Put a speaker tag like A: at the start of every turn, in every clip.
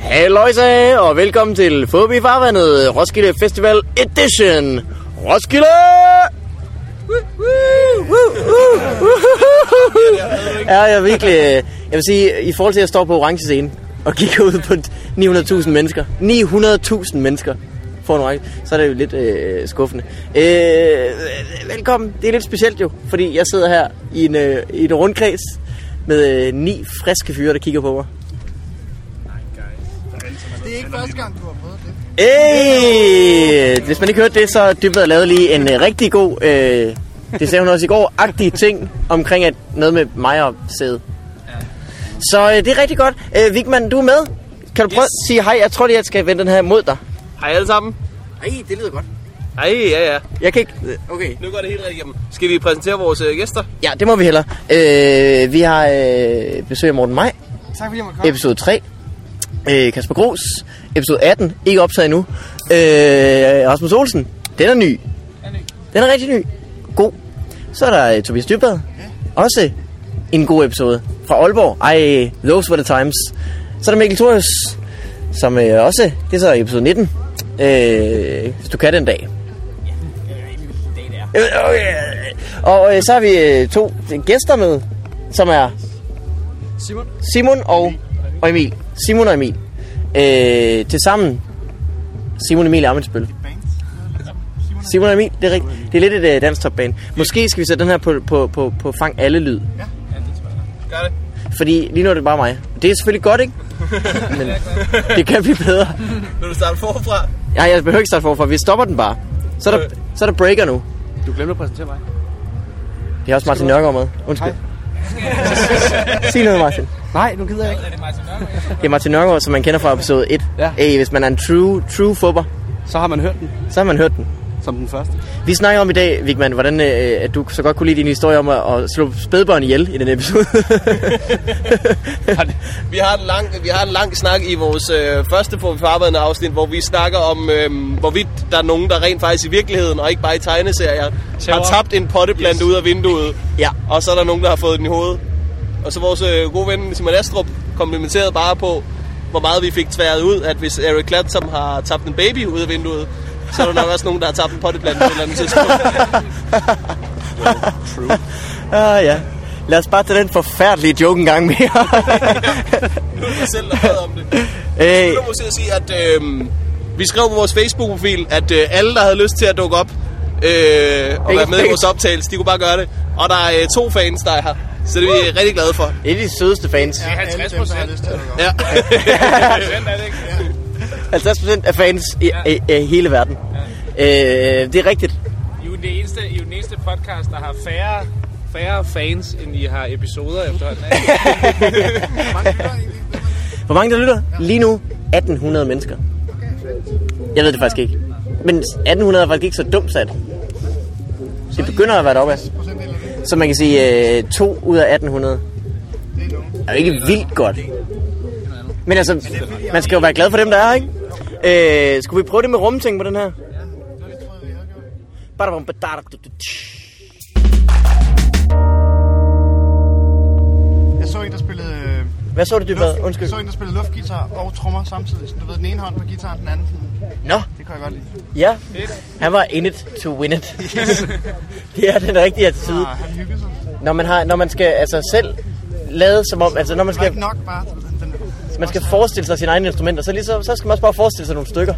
A: halløjsa, og velkommen til Fobi Farvandet, Roskilde Festival Edition. Roskilde! Ja, jeg er virkelig... øh, Jeg vil sige, i forhold til at jeg står på orange scene og kigger ud på 900.000 mennesker. 900.000 mennesker for en orange, så er det jo lidt øh, skuffende. Øh, velkommen. Det er lidt specielt jo, fordi jeg sidder her i en, øh, i en rundkreds med øh, ni friske fyre, der kigger på mig.
B: Det er ikke første gang, du har prøvet det.
A: Hey! Hvis man ikke hørte det, så Dybvad lavede lige en øh, rigtig god, øh, det sagde hun også i går, agtige ting omkring at noget med mig og sæde. Så øh, det er rigtig godt. Øh, Vigman, du er med. Kan du prøve at sige hej? Jeg tror lige, jeg skal vende den her mod dig.
C: Hej alle sammen.
A: Hej, det lyder godt.
C: Hej, ja, ja.
A: Jeg kan ikke... øh, Okay.
C: Nu går det helt rigtigt igennem. Skal vi præsentere vores øh, gæster?
A: Ja, det må vi hellere. Øh, vi har øh, besøg af Morten Maj,
B: Tak fordi jeg måtte komme.
A: episode 3. Øh, Kasper Gros, episode 18, ikke optaget endnu. Øh, Rasmus Olsen, den er ny. Den er rigtig ny. God. Så er der øh, Tobias Dybvad. Også en god episode fra Aalborg. Ej, those were the times. Så er der Mikkel Thorius, som øh, også, det er så episode 19. Øh, hvis du kan den dag. Øh, Okay. Og øh, så har vi øh, to gæster med, som er
C: Simon.
A: Simon og, og Emil. Simon og Emil. Øh, til sammen. Simon Emil Amensbøl. Simon og Emil, det er rigtigt. Det er lidt et uh, dansk topbane. Måske skal vi sætte den her på, på, på, på fang alle lyd.
C: Gør det.
A: Fordi lige nu er det bare mig. Det er selvfølgelig godt, ikke? Men det kan blive bedre.
C: Vil du starte forfra?
A: Nej, jeg behøver ikke starte forfra. Vi stopper den bare. Så er der, så er der breaker nu.
D: Du glemte at præsentere mig.
A: Det er også Martin Nørgaard med. Undskyld. Sig noget, Martin.
D: Nej, nu gider jeg ikke.
A: Det er Martin Nørgaard, som man kender fra episode 1.
D: Ja.
A: Hey, hvis man er en true, true fubber,
D: Så har man hørt den
A: så har man hørt den.
D: som den første.
A: Vi snakker om i dag, Vigman, hvordan øh, at du så godt kunne lide din historie om at, at slå spædbørn ihjel i den episode.
C: Vi har en lang, vi har en lang snak i vores øh, første på farvadende afsnit, hvor vi snakker om, øh, hvorvidt der er nogen, der rent faktisk i virkeligheden, og ikke bare i tegneserier, har tabt en potteplante yes. ud af vinduet.
A: ja.
C: Og så er der nogen, der har fået den i hovedet. Og så vores øh, gode ven Simon Astrup komplimenterede bare på, hvor meget vi fik tværet ud, at hvis Eric Clapton har tabt en baby ud af vinduet, så er der nok også nogen, der har tabt en potteplante på et eller andet tidspunkt.
A: Ah, ja. Lad os bare tage den forfærdelige joke en gang mere.
C: Nu er det selv, der bad om det.
A: øh,
C: Jeg må til at sige, at øh, vi skrev på vores Facebook-profil, at øh, alle, der havde lyst til at dukke op øh, og
A: Ikke
C: være med i vores
A: fans.
C: optagelse, de kunne bare gøre det. Og der er øh, to fans, der er her. Så det er vi rigtig glade for.
A: det er de sødeste fans.
B: Ja, 50 procent.
C: Ja.
A: 50% af fans i, i, i hele verden. Øh, det er rigtigt.
E: I er jo den eneste, I er jo den eneste podcast, der har færre, færre fans, end I har episoder efterhånden. ikke?
A: Hvor mange der lytter? Lige nu 1800 mennesker. Jeg ved det faktisk ikke. Men 1800 er faktisk ikke så dumt sat. Det begynder at være deroppe. af. Så man kan sige, øh, to ud af 1800 er jo ikke vildt godt. Men altså, man skal jo være glad for dem, der er, ikke? Øh, skulle vi prøve det med rumting på den her? Badabum, badada, du, du, tsch.
B: Jeg så en, der spillede... øh,
A: Hvad så du, Dybvad?
B: luft-
A: Undskyld.
B: Jeg så en, der spillede luftgitar og trommer samtidig. Så du ved, den ene hånd på gitaren, den anden. sådan.
A: Nå,
B: Det kan jeg godt lide.
A: ja. Han var in it to win it. det er den rigtige attitude.
B: Ah, han hyggede sig. Det
A: Når man, har, når man skal altså selv lade som om, altså når man
B: var
A: skal,
B: ikke nok bare. du ved, Den, den,
A: man skal forestille sig sine egne instrumenter, så, lige så, så skal man også bare forestille sig nogle stykker.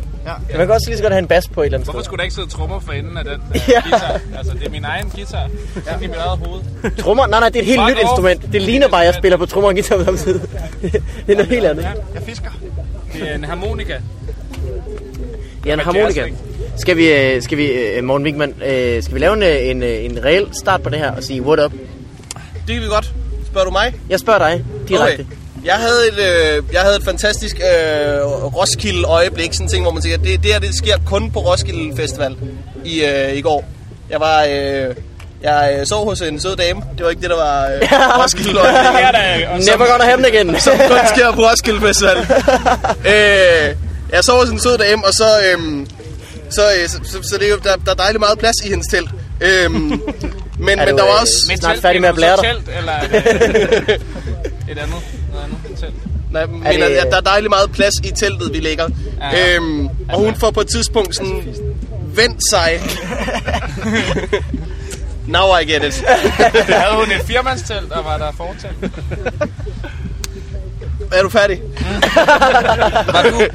B: Ja.
A: Man kan også lige så godt have en bas på et eller andet
E: Hvorfor
A: sted.
E: skulle der ikke sidde trommer for enden af den uh,
A: Ja.
E: guitar? Altså, det er min egen guitar. Det er i mit eget hoved.
A: Trommer? Nej, nej, det er et helt
E: Fuck
A: nyt
E: off.
A: instrument. Det ligner bare, at jeg spiller på trommer og guitar på samme tid. det er noget helt andet.
B: Jeg fisker.
E: Det er en harmonika.
A: Det er en
E: Men
A: harmonika.
E: jazz, ikke?
A: Skal vi, øh, skal vi øh, Morten Wigman, øh, skal vi lave en, øh, en, øh, en reel start på det her og sige what up?
C: Det kan vi godt. Spørger du mig?
A: Jeg spørger dig direkte.
C: Okay. Jeg havde et, øh, jeg havde et fantastisk øh, Roskilde øjeblik, sådan en ting, hvor man siger, at det, det her det sker kun på Roskilde Festival i, øh, i går. Jeg var, øh, jeg øh, sov hos en sød dame. Det var ikke det, der var øh, Roskilde øjeblik.
E: Det er da, og så,
A: Never gonna have den igen.
C: kun sker på Roskilde Festival. øh, jeg så hos en sød dame, og så, øhm, så, øh, så, så, så det er jo, der, der er dejligt meget plads i hendes telt. Øhm, men, men
A: Er du,
C: der var
A: øh,
C: også...
A: Snart færdig med at blære dig.
E: dig. Telt, eller er det et andet? øh, Noget andet telt.
C: Nej, men det...
A: det-
C: at der er dejlig meget plads i teltet, vi ligger. Ja. Øhm, og hun får på et tidspunkt sådan... Vendt sig. Now I get it.
E: Der havde hun et firmandstelt, og var der fortelt.
C: Er du færdig?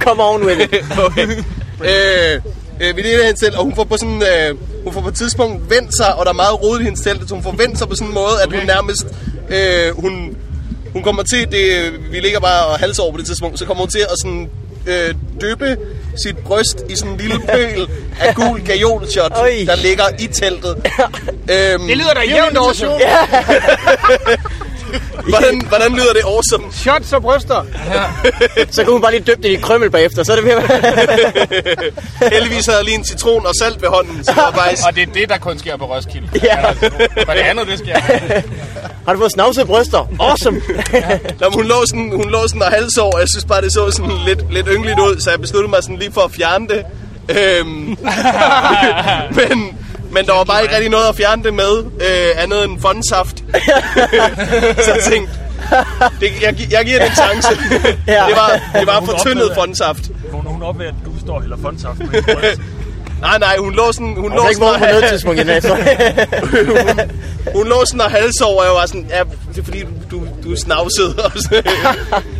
A: Come on with it.
C: øh, øh, vi ligger i hendes telt, og hun får på sådan... Øh, hun får på et tidspunkt vendt sig, og der er meget rodet i hendes telt, så hun får vendt sig på sådan en måde, at hun nærmest... Øh, hun, hun kommer til, det, vi ligger bare og halser over på det tidspunkt, så kommer hun til at sådan, øh, dyppe sit bryst i sådan en lille pøl af gul gajolshot,
A: Oj.
C: der ligger i teltet. øhm,
E: Det lyder da jævnt awesome.
C: hvordan, hvordan lyder det awesome?
E: Shots og bryster.
A: Så kunne hun bare lige døbe det i krømmel bagefter, så er det ved at være-
C: Heldigvis havde jeg lige en citron og salt ved hånden, så det var faktisk...
E: Og det er det, der kun sker på Roskilde. Altså,
A: Ja.
E: For det andet, det sker.
A: Har du fået snavsede bryster? Awesome!
C: Nå, men hun, lå sådan, hun lå sådan og halsår, og jeg synes bare, det så sådan lidt, lidt ynkeligt ud, så jeg besluttede mig sådan lige for at fjerne det. Øhm, men, men der var bare ikke rigtig noget at fjerne det med, øh, andet end fondsaft. så jeg tænkte, det, jeg, gi- jeg giver det en chance.
A: Ja.
C: det var, det var fortyndet fondsaft.
F: Vågner hun op ved, at du står eller fondsaft med en bryst?
C: Nej, nej, hun lå sådan, hun
A: Jeg har
C: lå
A: ikke
C: sådan,
A: vågnet
C: og,
A: på noget tidspunkt i nat. så-
C: hun lå sådan og halsår, og jeg var sådan, ja, det er fordi, du, du er snavset. Og sådan.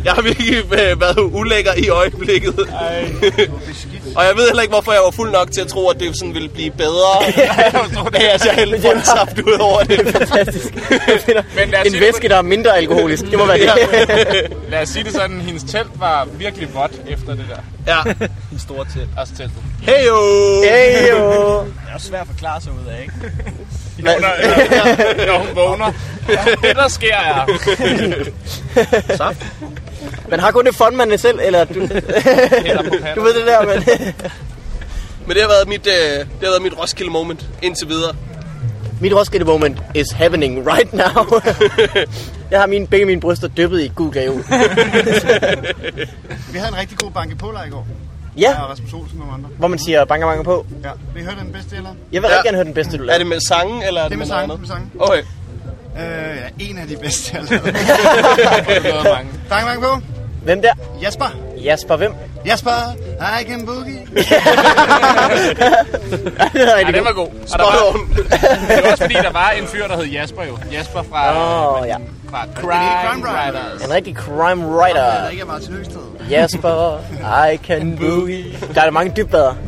C: jeg har virkelig øh, været ulækker i øjeblikket. Og jeg ved heller ikke, hvorfor jeg var fuld nok til at tro, at det sådan ville blive bedre. Ja, altså, jeg hældte fondsaft ud over det.
A: Fantastisk.
E: Men lad os
A: En
E: sige det på-
A: væske, der er mindre alkoholisk. Det må være det.
C: Ja.
E: Lad os sige det sådan, hendes telt var virkelig vådt efter det der.
C: ja.
F: En stor telt.
E: Altså teltet.
C: Hey jo!
A: Hey, jo.
F: Det er også svært at forklare sig ud af, ikke?
E: Når hun vågner. Det, der sker, er...
A: Man har kun det fondmanden selv, eller du,
E: Eller på panden.
A: du ved det der, men...
C: Men det har været mit, øh, det har været mit Roskilde moment indtil videre.
A: Mit Roskilde moment is happening right now. Jeg har mine, begge mine bryster dyppet i gul gave.
B: Vi havde en rigtig god banke på i går.
A: Ja,
B: Jeg og Rasmus Olsen og nogle andre.
A: hvor man siger banker banker på.
B: Ja. Vi hørte den bedste eller?
A: Jeg vil
C: Ja.
A: rigtig gerne høre den bedste, du
C: Er
A: lavede.
C: det med sange, eller er
B: Det er med
C: noget
B: sange.
C: andet?
B: Med sange.
C: Okay.
B: Øh, ja, en af de bedste jeg lavede.
E: Det mange.
B: Tak mange på.
A: Hvem der?
B: Jasper.
A: Jasper, hvem?
B: Jasper. I can boogie.
A: det er
E: Ja,
A: rigtig
E: den var
A: god.
E: god. Og der
C: Spot
E: var,
C: on.
E: det var også fordi, der var en fyr, der hed Jasper jo. Jasper fra,
A: Åh, ja.
E: fra
B: Crime
E: Crime
B: Writers.
E: Riders.
A: En rigtig crime writer.
B: Der ikke er Martin Høgsted.
A: Jasper, I can boogie. Der er der mange dybbader. Må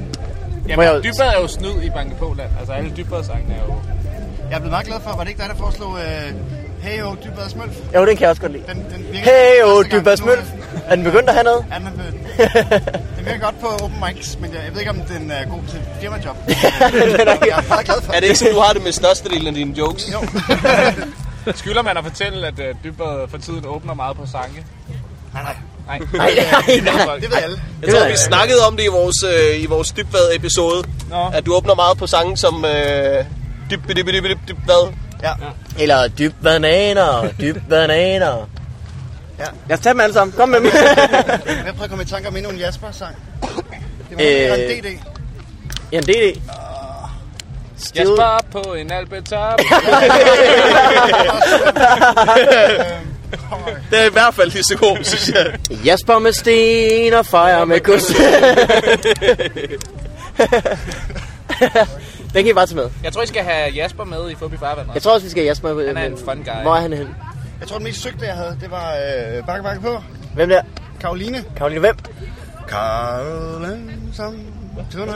A: jeg-
E: Jamen, Dybbad er jo snyd i Banke på land. Altså, alle Dybbad-sangene er jo...
B: Jeg er blevet meget glad for, var det ikke dig, der foreslog øh, Hey Ho, Dybbad Smølf?
A: Jo, den kan jeg også godt lide.
B: Den, den virker
A: Hey, oh,
B: første gang,
A: Dybbads
B: nu-
A: Møl. Er den begyndt at have noget?
B: Ja, den, er- den virker godt på open mics, men jeg, jeg ved ikke, om den er god til firmajob. jeg er meget glad for
C: Er det ikke sådan, du har det med størstedelen af dine jokes? Jo.
E: Skylder man at fortælle, at uh, Dybbad for tiden åbner meget på sange? Nej, nej.
A: Nej, nej, nej.
B: Det ved alle.
C: Jeg tror,
A: ved
C: vi
A: jeg
C: snakkede om det i vores, øh, i vores dybvad-episode.
E: Nå.
C: At du åbner meget på sange som... Øh, dyb, dyb, dyb, dyb, dyb, dybvad.
B: Ja.
A: Eller dyb bananer, dyb bananer.
B: Ja.
A: Lad os tage dem alle sammen. Kom med dem.
B: Jeg prøver at komme i tanke om endnu en Jasper-sang. Det var
A: Øh.
B: øh... en DD.
A: ja, det er det.
E: Jeg
A: Still.
E: sparer på en albetop.
C: Det er i hvert fald lige så god, synes jeg.
A: Jasper med sten og fejre med kus. Den kan I bare tage med.
E: Jeg tror, I skal have Jasper med i Fubi Farvandet.
A: Jeg tror også, vi skal have Jasper med.
E: Han er en fun guy.
A: Hvor er han henne?
B: Jeg tror, den mest søgte, jeg havde, det var øh, Bakke Bakke på.
A: Hvem der?
B: Karoline.
A: Karoline, hvem?
B: Karoline, som tuner.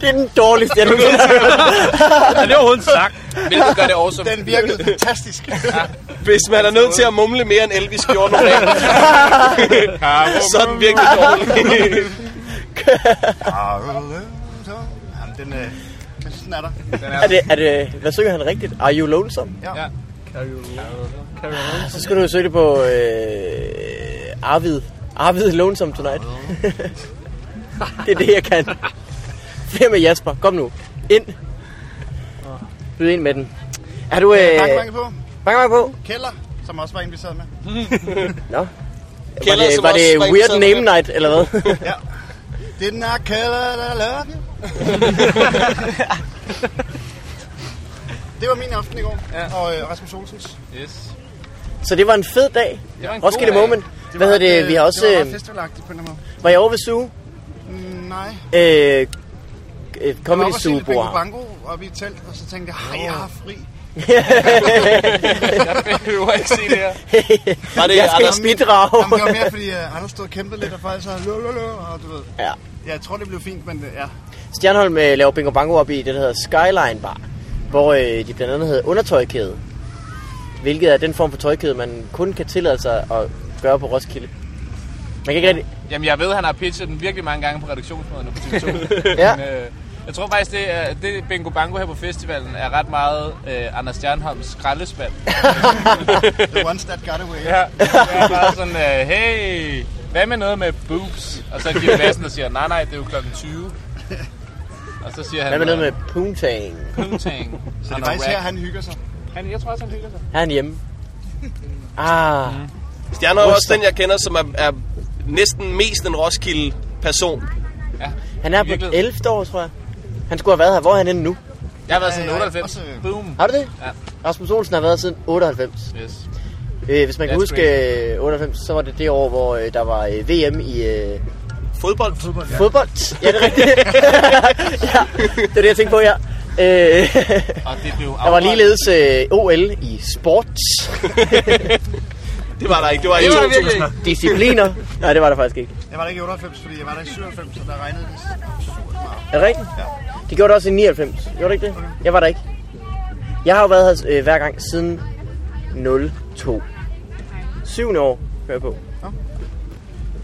A: Det er den dårligste, jeg nogensinde har hørt.
F: Ja, det var hun sagt.
E: Hvilket gør det awesome.
B: Den virkede fantastisk.
C: Hvis man er nødt til at mumle mere end Elvis gjorde nogle dage, så er den virkelig dårlig.
B: Karoline, som... Jamen, den, øh, den sådan er der.
A: Er det, er det, hvad søger han rigtigt? Are you lonesome?
E: Ja.
A: Så skal du jo søge det på øh, Arvid. Arvid Lonesome Tonight. det er det, jeg kan. Flere med Jasper. Kom nu. Ind. Byd ind med den. Er du... Øh,
B: Bakke Bakke på.
A: bange, bange på.
B: Keller, som også var en, vi sad med.
A: Nå.
C: Kælder,
A: var det,
C: som
A: var
C: også
A: det
C: var
A: Weird
C: interesseret i
A: Name
C: det.
A: Night, eller hvad?
B: Ja. Det er den her Keller, der laver den. det var min aften i går,
E: Ja.
B: og øh, Rasmus Olsens.
E: Yes.
A: Så det var en fed dag.
E: Det var en
A: Roskilde
E: god dag.
A: Moment. Hvad hedder det? Vi har også...
B: Det var ret
A: øh,
B: festivalagtigt på en eller anden
A: Var jeg over ved Øh, Sue?
B: måde. Mm, nej.
A: Øh, øh,
B: Jeg var
A: Comedy
B: oppe og se
A: Sue
B: lidt Bingo
A: bord.
B: Bango oppe i et telt, og så tænkte jeg, hej, jeg har fri.
E: Jeg behøver ikke se det her.
C: Var det
A: jeg skal
C: Anders?
A: ikke bidrage.
B: Jamen, det var mere, fordi uh, Anders stod og kæmpede lidt, og faktisk så lø, lø, lø, og du ved.
A: Ja.
B: Jeg tror, det blev fint, men øh, ja.
A: Stjernholm øh, laver bingo bango op i det, der hedder Skyline Bar, hvor øh, de blandt andet hedder undertøjkæde, hvilket er den form for tøjkæde, man kun kan tillade sig at gøre på Roskilde. Man kan ikke rigtig...
E: Jamen, jeg ved, han har pitchet den virkelig mange gange på redaktionsmøderne på TV2.
A: Ja.
E: Men, øh, jeg tror faktisk, det, er, det bingo bango her på festivalen er ret meget øh, Anders Stjernholms skraldespand.
B: The ones that got away.
E: Ja. Det er bare sådan, øh, hey, hvad med noget med boobs? Og så giver Madsen og siger, nej, nej, det er jo klokken 20. Og så siger han,
A: Hvad med noget med poontang?
E: poontang?
B: Så det er faktisk her, han hygger sig.
E: han... Jeg tror også, han hygger sig.
A: Her er han hjemme. Ah,
C: Stjerner er også den, jeg kender, som er, er næsten mest en Roskilde-person.
E: Ja.
A: han er på
E: Virkelig.
A: 11. år, tror jeg. Han skulle have været her. Hvor er han henne nu?
E: Jeg har været siden
B: Ja, ja,
E: 98.
B: også-
E: Boom.
A: Har du det?
E: Ja.
A: Rasmus Olsen har været siden 98.
E: Yes.
A: Øh, hvis man kan
E: That's
A: huske øh, 98, så var det det år, hvor øh, der var øh, VM i øh,
C: Fodbold? Fodbold.
A: ja. fodbold. Ja, det er rigtigt. ja, det er det, jeg tænkte på, ja. Øh,
E: Og det blev
A: der var
E: afholdt.
A: ligeledes øh, OL i sport.
C: Det var der ikke. Det var i
E: Det var der virkelig
C: 2000.
E: ikke.
A: Discipliner. Nej, det var der faktisk ikke.
B: Jeg var der ikke i 98, fordi jeg var der i 97, så der regnede det.
A: Er det rigtigt?
B: Ja.
A: Det gjorde det også i 99. Gjorde det ikke det? Jeg var der ikke. Jeg har jo været her øh, hver gang siden 02. Syvende år, hører jeg på.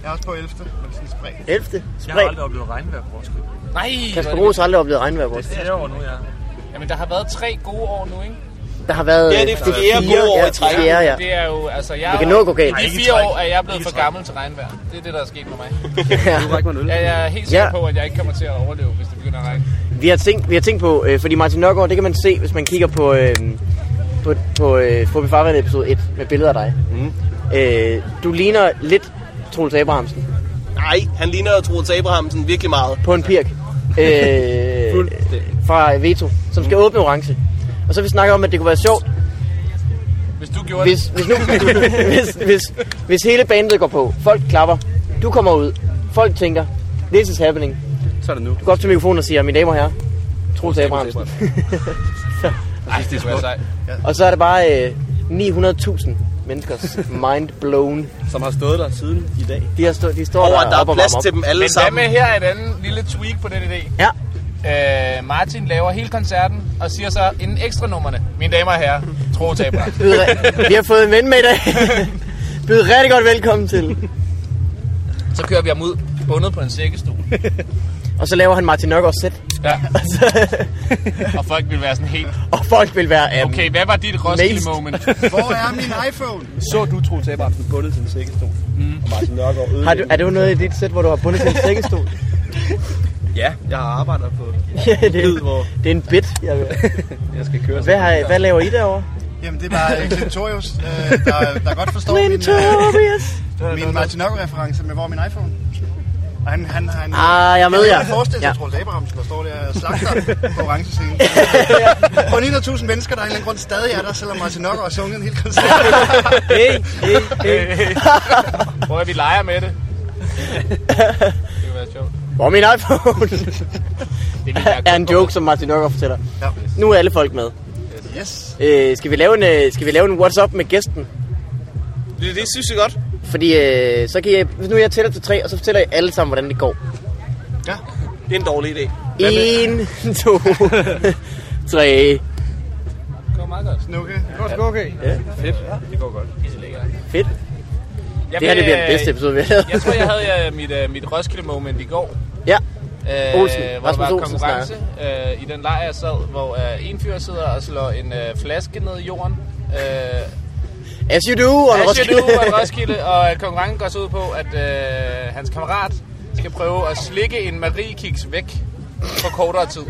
B: Jeg er også på 11. Men sådan spredt.
A: 11.
F: Jeg har
A: Spredt.
F: aldrig oplevet regnvejr på Roskilde.
E: Nej,
A: Kasper
E: hvor er
A: Roos har aldrig oplevet regnvejr vores.
F: Det er jo nu, ja.
E: det- Jamen, der har været tre gode år nu, ikke?
A: Der har været... øh,
C: Ja, det er fjerde gode år i træk.
A: Ja, ja.
E: Det er jo, altså, jeg...
A: Det kan nå at gå galt.
E: I
F: ikke
E: fire
F: træk.
E: år er jeg blevet
F: Ikke
E: for
F: træk.
E: gammel til regnvejr. Det er det, der er sket med mig.
A: Ja.
D: Du rækker mig en øl.
E: Jeg, jeg er helt sikker
A: Ja.
E: på, at jeg ikke kommer til at overleve, hvis det begynder at regne.
A: Vi har tænkt, vi har tænkt på, øh, fordi Martin Nørgaard, det kan man se, hvis man kigger på, øh, på, på øh, Fobi Farvandet episode 1 med billeder af dig. Mm. Øh, du ligner lidt Troels Abrahamsen
C: Nej, han ligner Troels Abrahamsen virkelig meget.
A: på en pirk øh, fra Veto, som skal åbne orange. Og så har vi snakker om, at det kunne være sjovt,
E: Hvis du gjorde
A: hvis, hvis, nu, hvis, hvis, hvis hele bandet går på, folk klapper, du kommer ud, folk tænker, this is happening.
D: Så er det nu.
A: Du går op til mikrofonen og siger, mine damer og herrer, Troels Abrahamsen.
E: det, Ej, det skulle være sejt.
A: Og så er det bare øh, 900.000 menneskers mind blown.
D: Som har stået der siden i dag.
A: De, har stå, de står
C: Over, at der
A: op
C: er
A: og
C: plads
A: varmer op.
C: til dem alle
E: Men hvad med
C: sammen.
E: her er et andet lille tweak på den idé?
A: Ja,
E: Øh, Martin laver hele koncerten og siger så inden ekstra nummerne, mine damer og herrer, tro taber.
A: byder, re- vi har fået en ven med i dag. Byd rigtig godt velkommen til.
E: Så kører vi ham ud, bundet på en sækkestol.
A: Og så laver han Martin Nørgaard sæt.
E: Ja. og folk vil være sådan helt,
A: Og folk vil være af
E: okay, hvad var dit Roskilde moment?
B: Hvor er min iPhone?
D: Så du tro taberaften bundet til en sækkestol. Mm. Og Martin Nørgaard ødelagde
A: Har du, er det noget i dit sæt, hvor du har bundet til en sækkestol?
D: den. Ja, jeg har arbejdet på
A: ja, det,
D: lyd,
A: er,
D: hvor
A: det er en bit. Jeg ved.
D: jeg skal køre.
A: Hvad, har, hvad laver I derovre?
B: Jamen, det er bare øh, Clintorius, øh, der, der godt forstår min, øh,
A: Notorious.
B: min Martin Nørgaard-reference med, hvor er min iPhone? Og han, han, han,
A: Ah, jeg er med
B: jeg
A: jer.
B: Jeg forestille
A: Ja.
B: sig, Troels Abrahamsen, der står der og slagter på orange scenen. På 900.000 mennesker, der af en eller anden grund stadig er der, selvom Martin Nørgaard har sunget en hel koncert.
A: Hey, hey, hey.
E: Hvor er vi leger med det? det kunne være sjovt.
A: Hvor er min iPhone?
E: Det ville være
A: er en
E: godt.
A: joke, som Martin Nørgaard fortæller.
B: Ja.
A: Nu er alle folk med.
B: Yes.
A: Øh, skal, vi lave en, øh, skal vi lave en WhatsApp med gæsten?
C: Det, det synes jeg godt.
A: Fordi øh, så kan jeg, hvis nu jeg tæller til tre, og så fortæller jeg alle sammen, hvordan det går.
B: Ja.
C: Det er en dårlig idé.
A: En, to, tre.
E: Det går meget godt.
B: Snukke.
A: Fedt.
E: Jeg
A: Det her det
E: vil,
A: bliver den
E: øh,
A: bedste episode, vi har lavet.
E: Jeg tror, jeg havde øh, mit, øh, mit Roskilde moment i går.
A: Ja,
E: Øh,
A: Olsen.
E: hvor der
A: Rasmus
E: var
A: Olsen
E: konkurrence øh, i den lejr, jeg sad, hvor øh, en fyr sidder og slår en øh, flaske ned i jorden. Øh,
A: as you do, og
E: As you do, og
A: Roskilde.
E: Roskilde, og øh, konkurrencen går så ud på, at øh, hans kammerat skal prøve at slikke en Marie Kiks væk på kortere tid.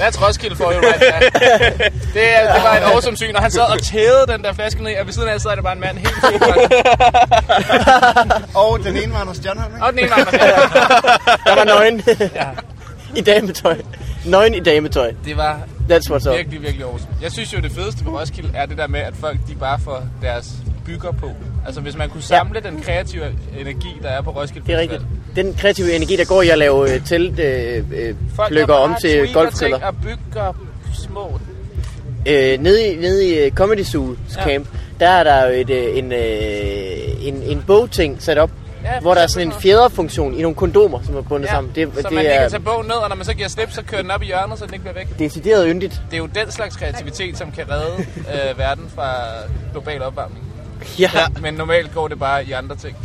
E: That's Roskilde for you right there. det, er- det var et awesome syn, og han sad og tævede den der flaske ned, og ved siden af sad der bare en mand helt fuld.
B: Og den ene var Anders Stjernholm, ikke?
E: Og den ene var Anders.
A: Der var nøgen. I dametøj. Nøgen i dametøj.
E: Det var
A: That's what's up.
E: Virkelig, virkelig awesome. Jeg synes jo, det fedeste på Roskilde er det der med, at folk de bare får deres bygger på. Altså, hvis man kunne samle den kreative energi, der er på Roskilde
A: Det er
E: Festival.
A: rigtigt. Den kreative energi, der går i at lave øh, telt, øh, øh,
E: Folk,
A: lykker
E: der
A: om
E: bare
A: til
E: tweeter
A: golftriller.
E: ting og bygger små...
A: Øh, nede i, nede i øh, Comedy Zoo's
E: Ja.
A: camp, der er der jo et, øh, en, øh, en, en bogting sat op,
E: Ja,
A: ja, hvor der er sådan en
E: præcis.
A: fjederfunktion i nogle kondomer, som er bundet
E: Ja,
A: sammen. Det,
E: så man
A: det
E: lige
A: er
E: kan tage bogen ned, og når man så giver slip, så kører den op i hjørnet, så den ikke bliver væk.
A: decideret yndigt.
E: Det er jo den slags kreativitet, som kan redde øh, verden fra global opvarmning.
A: Ja. ja.
E: Ja. Men normalt går det bare i andre ting.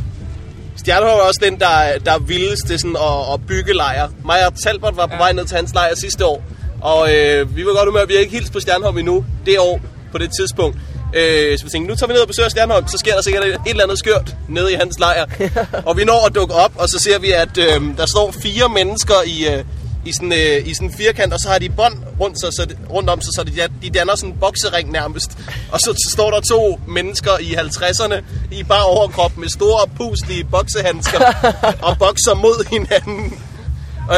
C: Stjernholm er også den, der, der er vildest til sådan at, at bygge lejre. Mig og Talbot var på
E: Ja.
C: vej ned til hans lejr sidste år, og øh, vi var godt med, at vi har ikke hilst på Stjernholm endnu det år på det tidspunkt. Øh, så vi tænkte, nu tager vi ned og besøger Stjernholm, så sker der sikkert et, et eller andet skørt nede i hans lejr. og vi når at dukke op, og så ser vi, at øh, der står fire mennesker i, øh, i, sådan, øh, i sådan en firkant, og så har de bånd rundt, sig, så det, rundt om sig, så de, de danner sådan en boksering nærmest. Og så, så står der to mennesker i 50'erne i bare overkrop med store puslige boksehandsker og bokser mod hinanden. Øh,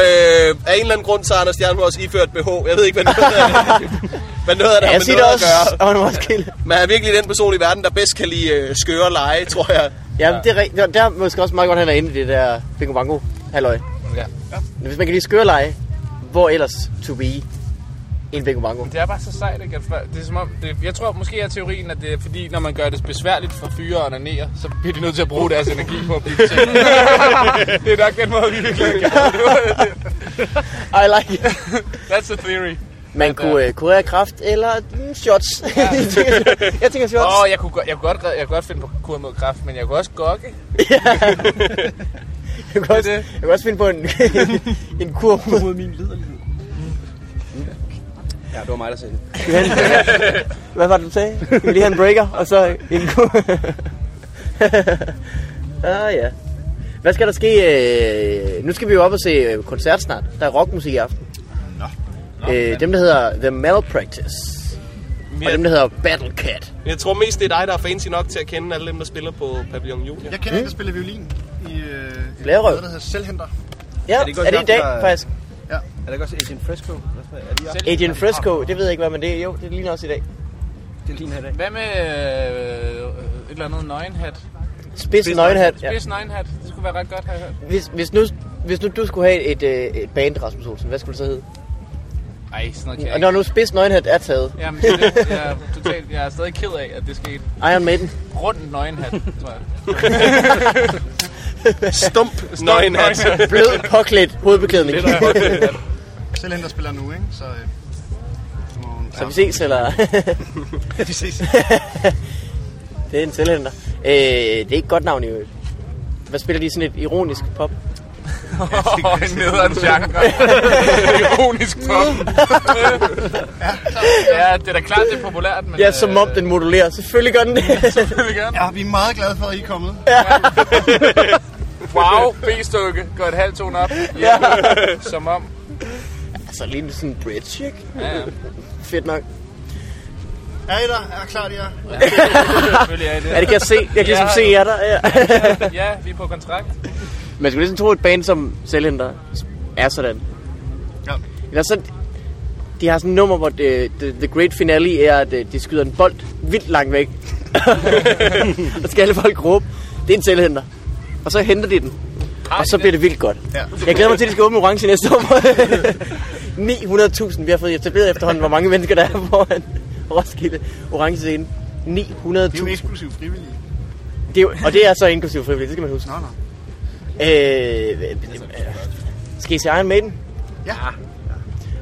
C: af en eller anden grund, så har Anders Stjernholm også iført BH. Jeg ved ikke, hvad noget af det, hvad noget af
A: Ja,
C: det har
A: jeg
C: med
A: siger
C: noget
A: det
C: at
A: også
C: gøre.
A: om Roskilde.
C: Men han er virkelig den person i verden, der bedst kan lide øh, skøre lege, tror jeg.
A: Jamen, det er rigtigt. Der- Der er måske også meget godt, han er inde i det der bingo bango halløj.
E: Ja.
A: Hvis man kan lige skøre lege, hvor ellers to be en bingo bango?
E: Det er bare så sejt, ikke? At for- Det er som om, det, jeg tror måske er teorien, at det er fordi, når man gør det besværligt for fyre og onanere, så bliver de nødt til at bruge deres energi på at blive til. det er nok den måde, vi virkelig kan bruge det.
A: I like it.
E: That's the theory.
A: Man kunne øh, kurere kraft eller mm, shots. jeg tænker shots.
E: Åh, oh, jeg, kunne, godt- jeg, kunne godt, jeg kunne godt finde på kur mod kræft, men jeg kunne også gokke.
A: Jeg kan, også,
E: Det er
A: jeg
E: det.
A: kan også finde på en, en kur mod Mm. min
D: Ja, det var mig, der sagde det.
A: Hvad var det, du sagde? Vi vil lige have en breaker, og så en kur. ah, ja. Hvad skal der ske? Øh, nu skal vi jo op og se øh, koncert snart. Der er rockmusik i aften. Nå. Øh, dem, der hedder The Malpractice. Og dem, der hedder Battle Cat.
C: Jeg tror mest, det er dig, der er fancy nok til at kende alle dem, der spiller på Pavillon Julia.
B: Jeg kender
A: Mm.
B: en, der spiller violin i øh, et
A: Blærerøv.
B: noget, der hedder Selvhenter.
A: Ja, er
D: det
A: det,
D: godt
A: er det i
D: nok,
A: dag,
D: der-
A: faktisk?
D: Er det ikke også Agent Fresco? Hvad for- Er de også?
A: Agent Fresco, det ved jeg ikke, hvad man det er. Jo, det ligner også i dag.
D: Det ligner i dag.
E: Hvad med øh, et eller andet nøgenhat?
A: Spids nøgenhat. Ja.
E: Spids nøgenhat. Det skulle være ret godt, har jeg hørt.
A: Hvis, hvis, nu, hvis nu du skulle have et, øh, et band, Rasmus Olsen, hvad skulle det så hedde?
E: Ej, sådan noget kan jeg
A: Og
E: ikke.
A: når nu spids nøgenhat er taget,
E: Jamen, det, er det. jeg, er totalt, jeg er stadig ked af, at det skete.
A: Iron Maiden.
E: Rund nøgenhat, tror jeg.
C: Stump nøgenhat.
A: Blød påklædt hovedbeklædning.
B: Selvhenter spiller nu, ikke? Så, øh, så må hun-
A: Så vi ses, eller?
B: vi ses.
A: det er en selvhænder. Øh, det er ikke et godt navn i øvrigt. Hvad spiller de sådan et ironisk pop?
E: Åh, en nederen genre. Ironisk pop. ja, det er da klart, det er populært, men... øh,
A: Ja, som om den modulerer. Selvfølgelig gør den det.
E: vil gerne.
B: Ja, vi er meget glade for, at I er kommet.
E: Wow, B-stykke. Går et halvt tone op. Ja. Som om.
A: altså, lige sådan en bridge, ikke?
E: Ja, ja.
A: Fedt nok.
B: Er I der? Er klar, jer?
E: selvfølgelig er I det.
A: Ja, det kan jeg se. Jeg kan ligesom
E: Ja.
A: se jer der. Ja.
E: Ja, vi er på kontrakt.
A: Man skulle ligesom tro, et band som selvhænder er sådan.
B: Ja.
A: Eller så... De har sådan et nummer, hvor det, the, the Great Finale er, at øh, de skyder en bold vildt langt væk. og skal alle folk råbe, det er en selvhænder. Og så henter de den. Og så bliver det vildt godt.
B: Ja.
A: Jeg glæder mig til, at de skal åbne orange næste år. 900.000. Vi har fået etableret efterhånden, hvor mange mennesker der er foran Roskilde Orange Scene. 900.000.
B: Det er jo eksklusiv frivillige.
A: Det er jo- Og det er så inklusiv frivillig, det skal man huske.
B: Nå, nå.
A: Øh, øh, skal I se Iron Maiden?
B: Ja.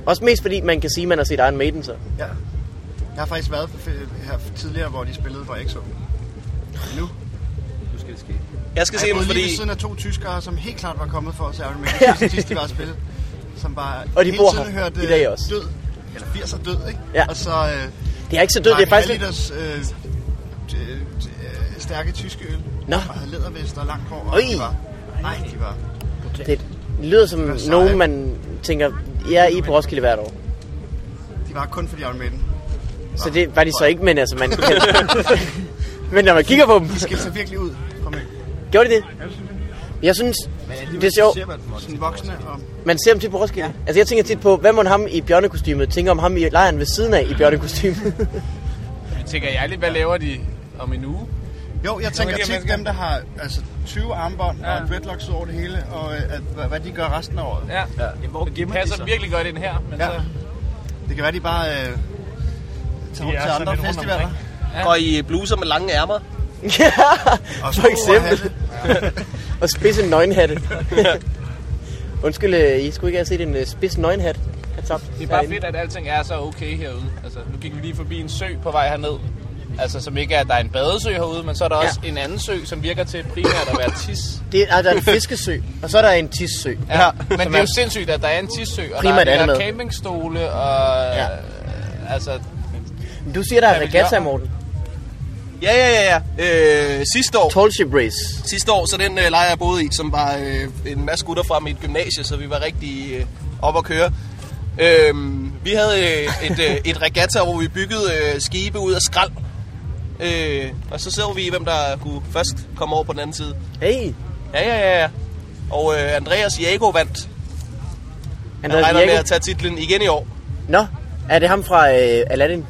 A: Også mest fordi man kan sige, at man har set Iron Maiden så.
B: ja. Jeg har faktisk været f- her tidligere, hvor de spillede, hvor jeg ikke så dem. Nu.
D: Nu skal det ske.
C: Jeg skal se
B: Jeg
C: dem,
B: boede lige
C: fordi...
B: ved siden af to tyskere, som helt klart var kommet for at se Iron Maiden, sidst de var at spille. Som bare
A: Og de
B: hele
A: bor
B: tiden
A: her
B: hørte
A: i dag også.
B: død, eller 80'er død, ikke?
A: Ja.
B: Og så øh,
A: Det er ikke så dødt, det er faktisk... lidt-
B: Halliders, øh, øh, øh, stærke tyske øl.
A: Nå.
B: Og havde lædervest og langt hår. Og
A: Øj.
B: de var, nej, de var.
A: Det lyder som
B: Hvad så,
A: nogen,
B: ikke?
A: man tænker, ja, I er på Roskilde hvert år.
B: De var kun for de Iron Maiden.
A: Så det var de så ikke, men altså man kan... Men når man kigger på dem,
B: De skilte sig virkelig ud. Kom ind.
A: gjorde de det? Jeg synes,
B: alligevel
A: det er sjovt.
B: ser man dem også. Sådan voksne og...
A: Man ser dem tit på Roskilde. Ja. Altså, jeg tænker tit på, hvad må ham i bjørnekostymet tænker om ham i lejren ved siden af i bjørnekostymet?
E: Jeg tænker jeg lidt, hvad laver de om en uge?
B: Jo, jeg
E: Nogle af
B: tænker
E: de her
B: tit
E: mennesker.
B: dem, der har altså, 20 armbånd ja. og dreadlocks over det hele, og øh, at, hvad, hvad de gør resten af året.
E: Ja.
F: Jamen, hvor
E: Det
F: gemmer de
E: passer
F: sig?
E: virkelig godt ind her, men
B: Ja.
E: ja. så...
B: Det kan være, de bare øh, tager rundt til andre festivaler.
C: Og i bluser med lange ærmer.
A: ja,
B: Og
A: for
B: store
A: eksempel.
B: hatte.
A: og spidse nøgenhatte. Undskyld, øh, I skulle ikke have set en øh, spids nøgenhat. Jeg tabte
E: Det er bare
A: derinde.
E: fedt, at alting er så okay herude. Altså, nu gik vi lige forbi en sø på vej herned. Altså, som ikke er, at der er en badesø herude, men så er der
A: Ja.
E: også en anden sø, som virker til primært at være tis.
A: Det er, ah, der er en fiskesø, og så er der en tissø.
E: Ja, men det er jo sindssygt, at der er en tissø, og
A: Primært
E: der
A: er
E: er,
A: det
E: de
A: med.
E: her campingstole, og...
A: Ja.
E: Ja. Altså,
A: Men Du siger, der er
E: Hvad vil
A: regatta,
E: jeg-
A: Morten.
C: Ja, ja, ja, ja. Øh, sidste år,
A: Tall ship race.
C: sidste år, så den øh, lejr, jeg boede i, som var øh, en masse gutter fra mit gymnasie, så vi var rigtig øh, op at køre. Øhm, vi havde øh, et, øh, et regatta, hvor vi byggede øh, skibe ud af skrald. Øh, og så så vi, hvem der kunne først komme over på den anden side.
A: Hey,
C: Ja, ja, ja. ja. Og øh, Andreas Jago vandt. Han
A: Andreas
C: regner med
A: Diego.
C: at tage titlen igen i år.
A: Nå, er det ham fra øh, Aladdin?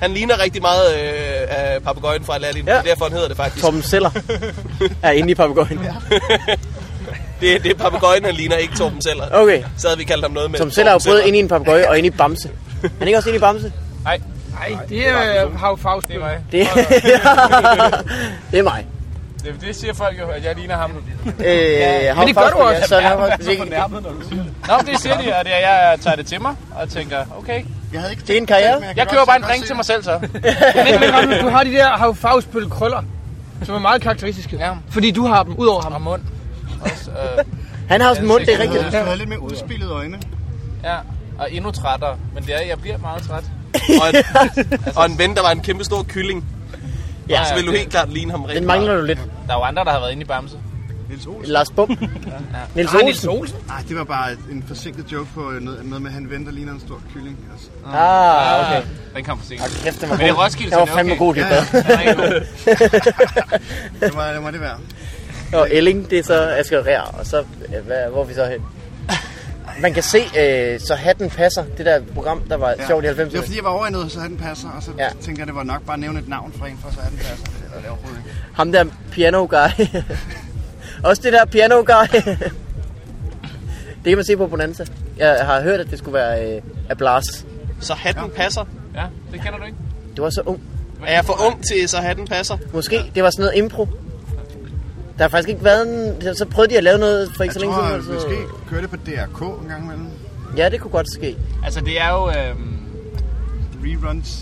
C: Han ligner rigtig meget øh, af papegøjen fra Aladdin.
A: Ja.
C: Ja. Det er derfor, han hedder det faktisk.
A: Torben Seller er inde i papegøjen.
C: Det, det er papegøjen, han ligner, ikke Torben Seller.
A: Okay.
C: Så havde vi kaldt ham noget med
A: Som Seller er jo både inde i en papegøje og inde i Bamse. Er han ikke også inde i Bamse?
E: nej. Nej, det er øh, Hav Faust. Det er mig.
A: Det, det er mig.
E: Det, det siger folk jo, at jeg ligner ham. Nå,
A: Øh, ja,
E: men det gør du også.
A: Ja, så er
E: Ja,
A: der,
E: så fornærmet, men det siger de, og det er, jeg tager det til mig, og tænker, okay.
B: Jeg havde ikke
A: Det er en
B: tænkt
A: karriere.
B: men kan
E: Jeg
B: godt-
E: køber bare en
B: kan
E: drink til
B: godt se
E: mig selv, så.
G: Men, men Rasmus, du har de der Hav Faustbøl krøller, som er meget karakteristiske.
E: Ja.
G: Fordi du har dem, ud over ham.
E: Og mund. Også, øh,
A: han har også en mund, det er
B: det. Jeg
A: rigtigt.
B: havde, jeg havde lidt mere udspillede øjne.
E: ja, og endnu trættere. Men det er, jeg bliver meget træt.
C: Og, en- og en ven, der var en kæmpe stor kylling.
A: Ja,
C: Ja, så ville du
E: det-
C: helt klart ligne ham rigtig
A: Den mangler du lidt.
E: Der er jo andre, der har været inde i Bamse.
A: Lars Bum. Niels Olsen.
B: Nej, Ah, det var bare en forsinket joke på øh, noget, noget med, at han venter ligner en stor kylling. Altså.
A: Ah, okay.
E: Øh, Den kom for sent.
A: Hold kæft, den var
E: Men det er
A: god.
E: Roskilde,
A: Den
E: så
A: var
E: det er
A: fandme
E: okay.
A: god, det
B: Ja,
A: bad.
E: Den er ikke god.
B: Det må det, må det være.
A: Og Elling, det er så Asger Rær, og så, øh, hvad, hvor er vi så hen? Man kan se, øh, så hatten passer, det der program, der var sjovt i
B: Det var
A: 90'erne.
B: fordi, jeg var over i noget, så havde den passer, og så
A: Ja.
B: ja. tænkte jeg, det var nok bare at nævne et navn fra en, for så havde den passer. Det er det overhovedet ikke.
A: Ham der piano guy. Også det der piano guy. det kan man se på Bonanza. Jeg har hørt, at det skulle være øh, A Blast.
C: Så hatten passer.
E: Ja, det kender du ikke.
A: Det var så ung.
C: Er jeg for ung til, så hatten passer?
A: Måske, det var sådan noget impro. Der har faktisk ikke været en... Så prøvede de at lave noget for ikke
B: Jeg
A: så længe
B: tror,
A: siden. altså-
B: at
A: og
B: vi
A: så-
B: måske kørte det på DRK en gang imellem.
A: Ja, det kunne godt ske.
E: Altså, det er jo... Øhm,
B: Reruns.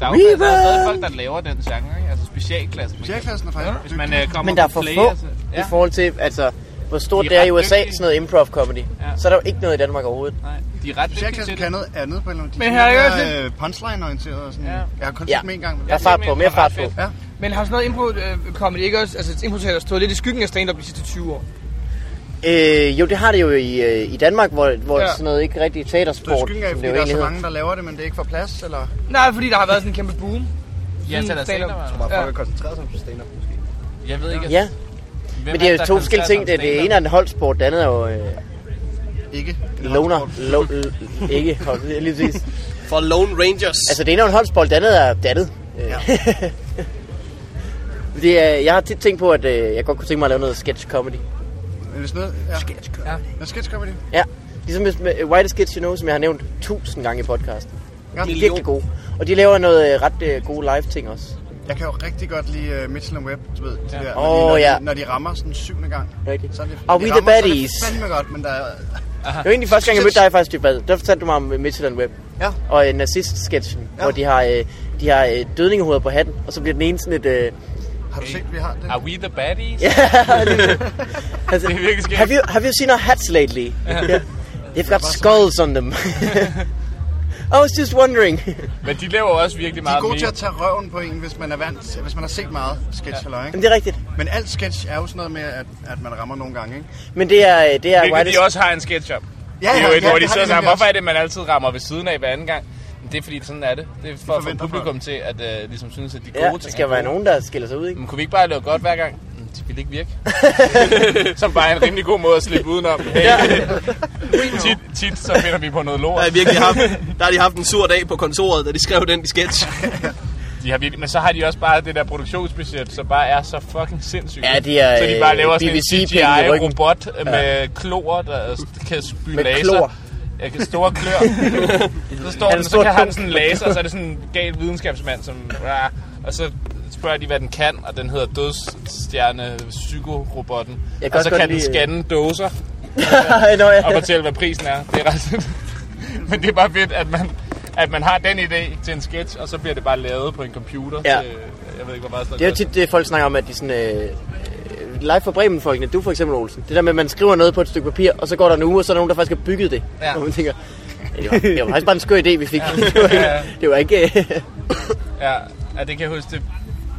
E: der er jo der er jo stadig
A: Reverb!
E: folk, der laver den genre, ikke? Altså specialklassen. man kan-
B: Sjælklassen er faktisk
E: Hvis man øh, kommer
A: Men der er
E: på
A: for
E: play,
A: få
E: altså.
A: i
E: Ja.
A: forhold til, altså, hvor stort
E: De er
A: det er i
E: ret
A: USA, sådan
E: dygtige.
A: noget improv comedy.
E: Ja.
A: Så er der jo ikke noget i Danmark overhovedet.
E: Nej, de er ret dygtige
B: Sjælklassen
E: til det.
B: kan noget andet på en eller anden
G: Men har jeg hørt
B: det? Øh, punchline-orienteret og sådan.
E: Ja.
B: Ja. Jeg har kun
A: Ja.
B: set dem en gang.
A: Der er
B: Men...
E: f-
A: fart
E: det er
A: på,
E: mega
A: mere fart
E: ret
A: på.
E: fedt.
B: Ja.
G: Men har sådan noget impro-comedy ikke også? Altså, impro har stået lidt i skyggen af stand-up de sidste 20 år.
A: Øh, jo, det har det jo i, øh, i Danmark, hvor, hvor ja.
G: Ja.
A: sådan noget ikke rigtig
B: Det er
A: teatersport,
B: skylden af,
A: som
B: fordi
A: det jo
B: der er
A: egentlig
B: så
A: hedder.
B: mange, der laver det, men det er ikke for plads, eller...
G: Nej, fordi der har været sådan en kæmpe boom.
E: Ja, så er der
G: Stand-up.
E: stand-up.
D: Bare
G: Ja.
D: folk er koncentreret sig om stand-up, måske.
E: Jeg ved ikke, altså,
A: Ja,
E: hvem
A: men det er
E: der
A: jo to
E: koncentrerer
A: forskellige ting.
E: sig
A: Det,
E: om
A: det ene er
E: stand-up?
A: en holdsport, det andet er jo øh,
B: Ikke.
A: loner. Lo, l- ikke hold, lige præcis.
C: For Lone Rangers.
A: Altså, det ene er jo en holdsport, det andet er det andet. Øh. det er, jeg har tit tænkt på, at øh, jeg godt kunne tænke mig at lave noget sketch comedy.
B: Men Hvis noget... Ja. Sketch comedy. Ja. Ja, sketch comedy.
A: Ja, ligesom hvis med øh, White Sketch, you know, som jeg har nævnt tusind gange i podcasten.
B: Ja.
A: De er virkelig gode. Og de laver noget øh, ret øh, gode live ting også.
B: Jeg kan jo rigtig godt lide uh, Mitchell Webb, du ved, de ja. der,
A: Åh,
B: når, de,
A: ja.
B: når, de, når de rammer sådan syvende gang.
A: Rigtigt.
B: Så er det,
A: Og
B: de
A: We the
B: rammer, så er det
A: Baddies.
B: fandme godt, men der er...
A: Det var egentlig første gang, jeg mødte dig faktisk, Dybad. Der fortalte du mig om øh, Midtjylland Web.
B: Ja.
A: Og øh, nazist-sketchen, ja.
B: Ja.
A: hvor de har, øh, de har øh, dødningehoveder på hatten, og så bliver den ene sådan et... Øh,
B: Har du set, vi har det?
E: Are we the baddies?
A: altså,
E: Det er virkelig skægt.
A: have you, have you seen our hats lately? Yeah. They've got skulls on them. I was just wondering.
E: Men de laver også virkelig
B: De er
E: meget
B: gode til
E: mere.
B: at tage røven på en, hvis man er vant, til- hvis man har set meget sketch, eller ikke?
A: Men det er rigtigt.
B: Men alt sketch er jo sådan noget med, at, at man rammer nogle gange, ikke?
A: Men det er... øh, Det er
E: Hvilket
A: Whitey-
E: de også har en sketch om.
B: Ja,
E: det er jo
B: ja,
E: et,
B: ja,
E: hvor de
B: det har
E: sidder
B: de
E: sammen.
B: nemlig
E: Hvorfor er det, man altid rammer ved siden af hver anden gang? Men det er fordi, sådan er det. Det er for at få
B: forventer
E: publikum til at øh, ligesom synes, at de gode
A: Ja,
E: ting
A: der
E: er
A: skal være
E: gode.
A: nogen, der skiller sig ud, ikke?
E: Men kunne vi ikke bare lave godt hver gang? Mm, det ville ikke virke. som bare er en rimelig god måde at slippe udenom. Hey, tit, tit så finder vi på noget
C: Der,
E: lort.
C: er virkelig haft, der har de haft en sur dag på kontoret, da de skrev den sketch.
E: De har virkelig, men så har de også bare det der produktionsbudget, som bare er så fucking sindssygt.
A: Ja, de er,
E: så de bare laver
A: øh,
E: sådan en
A: BBC -penge i ryggen.
E: CGI-robot med klor, der altså, kan spy
A: Med
E: laser.
A: klor.
E: Jeg kan store klør. så står
A: Han
E: den,
A: er
E: så
A: stor
E: kan
A: klor.
E: han sådan en laser, og så er det sådan en gal videnskabsmand, som... rah, Og så spørger de, hvad den kan, og den hedder dødsstjerne psykorobotten.
A: Jeg kan
E: Og så
A: godt
E: kan den
A: lide, øh,
E: scanne dåser
A: Nå,
E: og
A: ja.
E: fortælle, hvad prisen er. Det er ret Men det er bare fedt, at man, at man har den idé til en sketch, og så bliver det bare lavet på en computer.
A: Ja.
E: Til, øh, jeg ved ikke, hvor meget
A: Det er jo tit det, folk snakker om, at de sådan... Øh, øh, live fra Bremen folkene, du for eksempel Olsen. Det der med, at man skriver noget på et stykke papir, og så går der en uge, og så er der nogen, der faktisk har bygget det.
E: Ja.
A: Og man tænker, ja, det, var, det var faktisk bare en skør idé, vi fik. det, var,
E: Ja, ja.
A: ikke- det var ikke... øh,
E: Ja, ja, det kan jeg huske. Det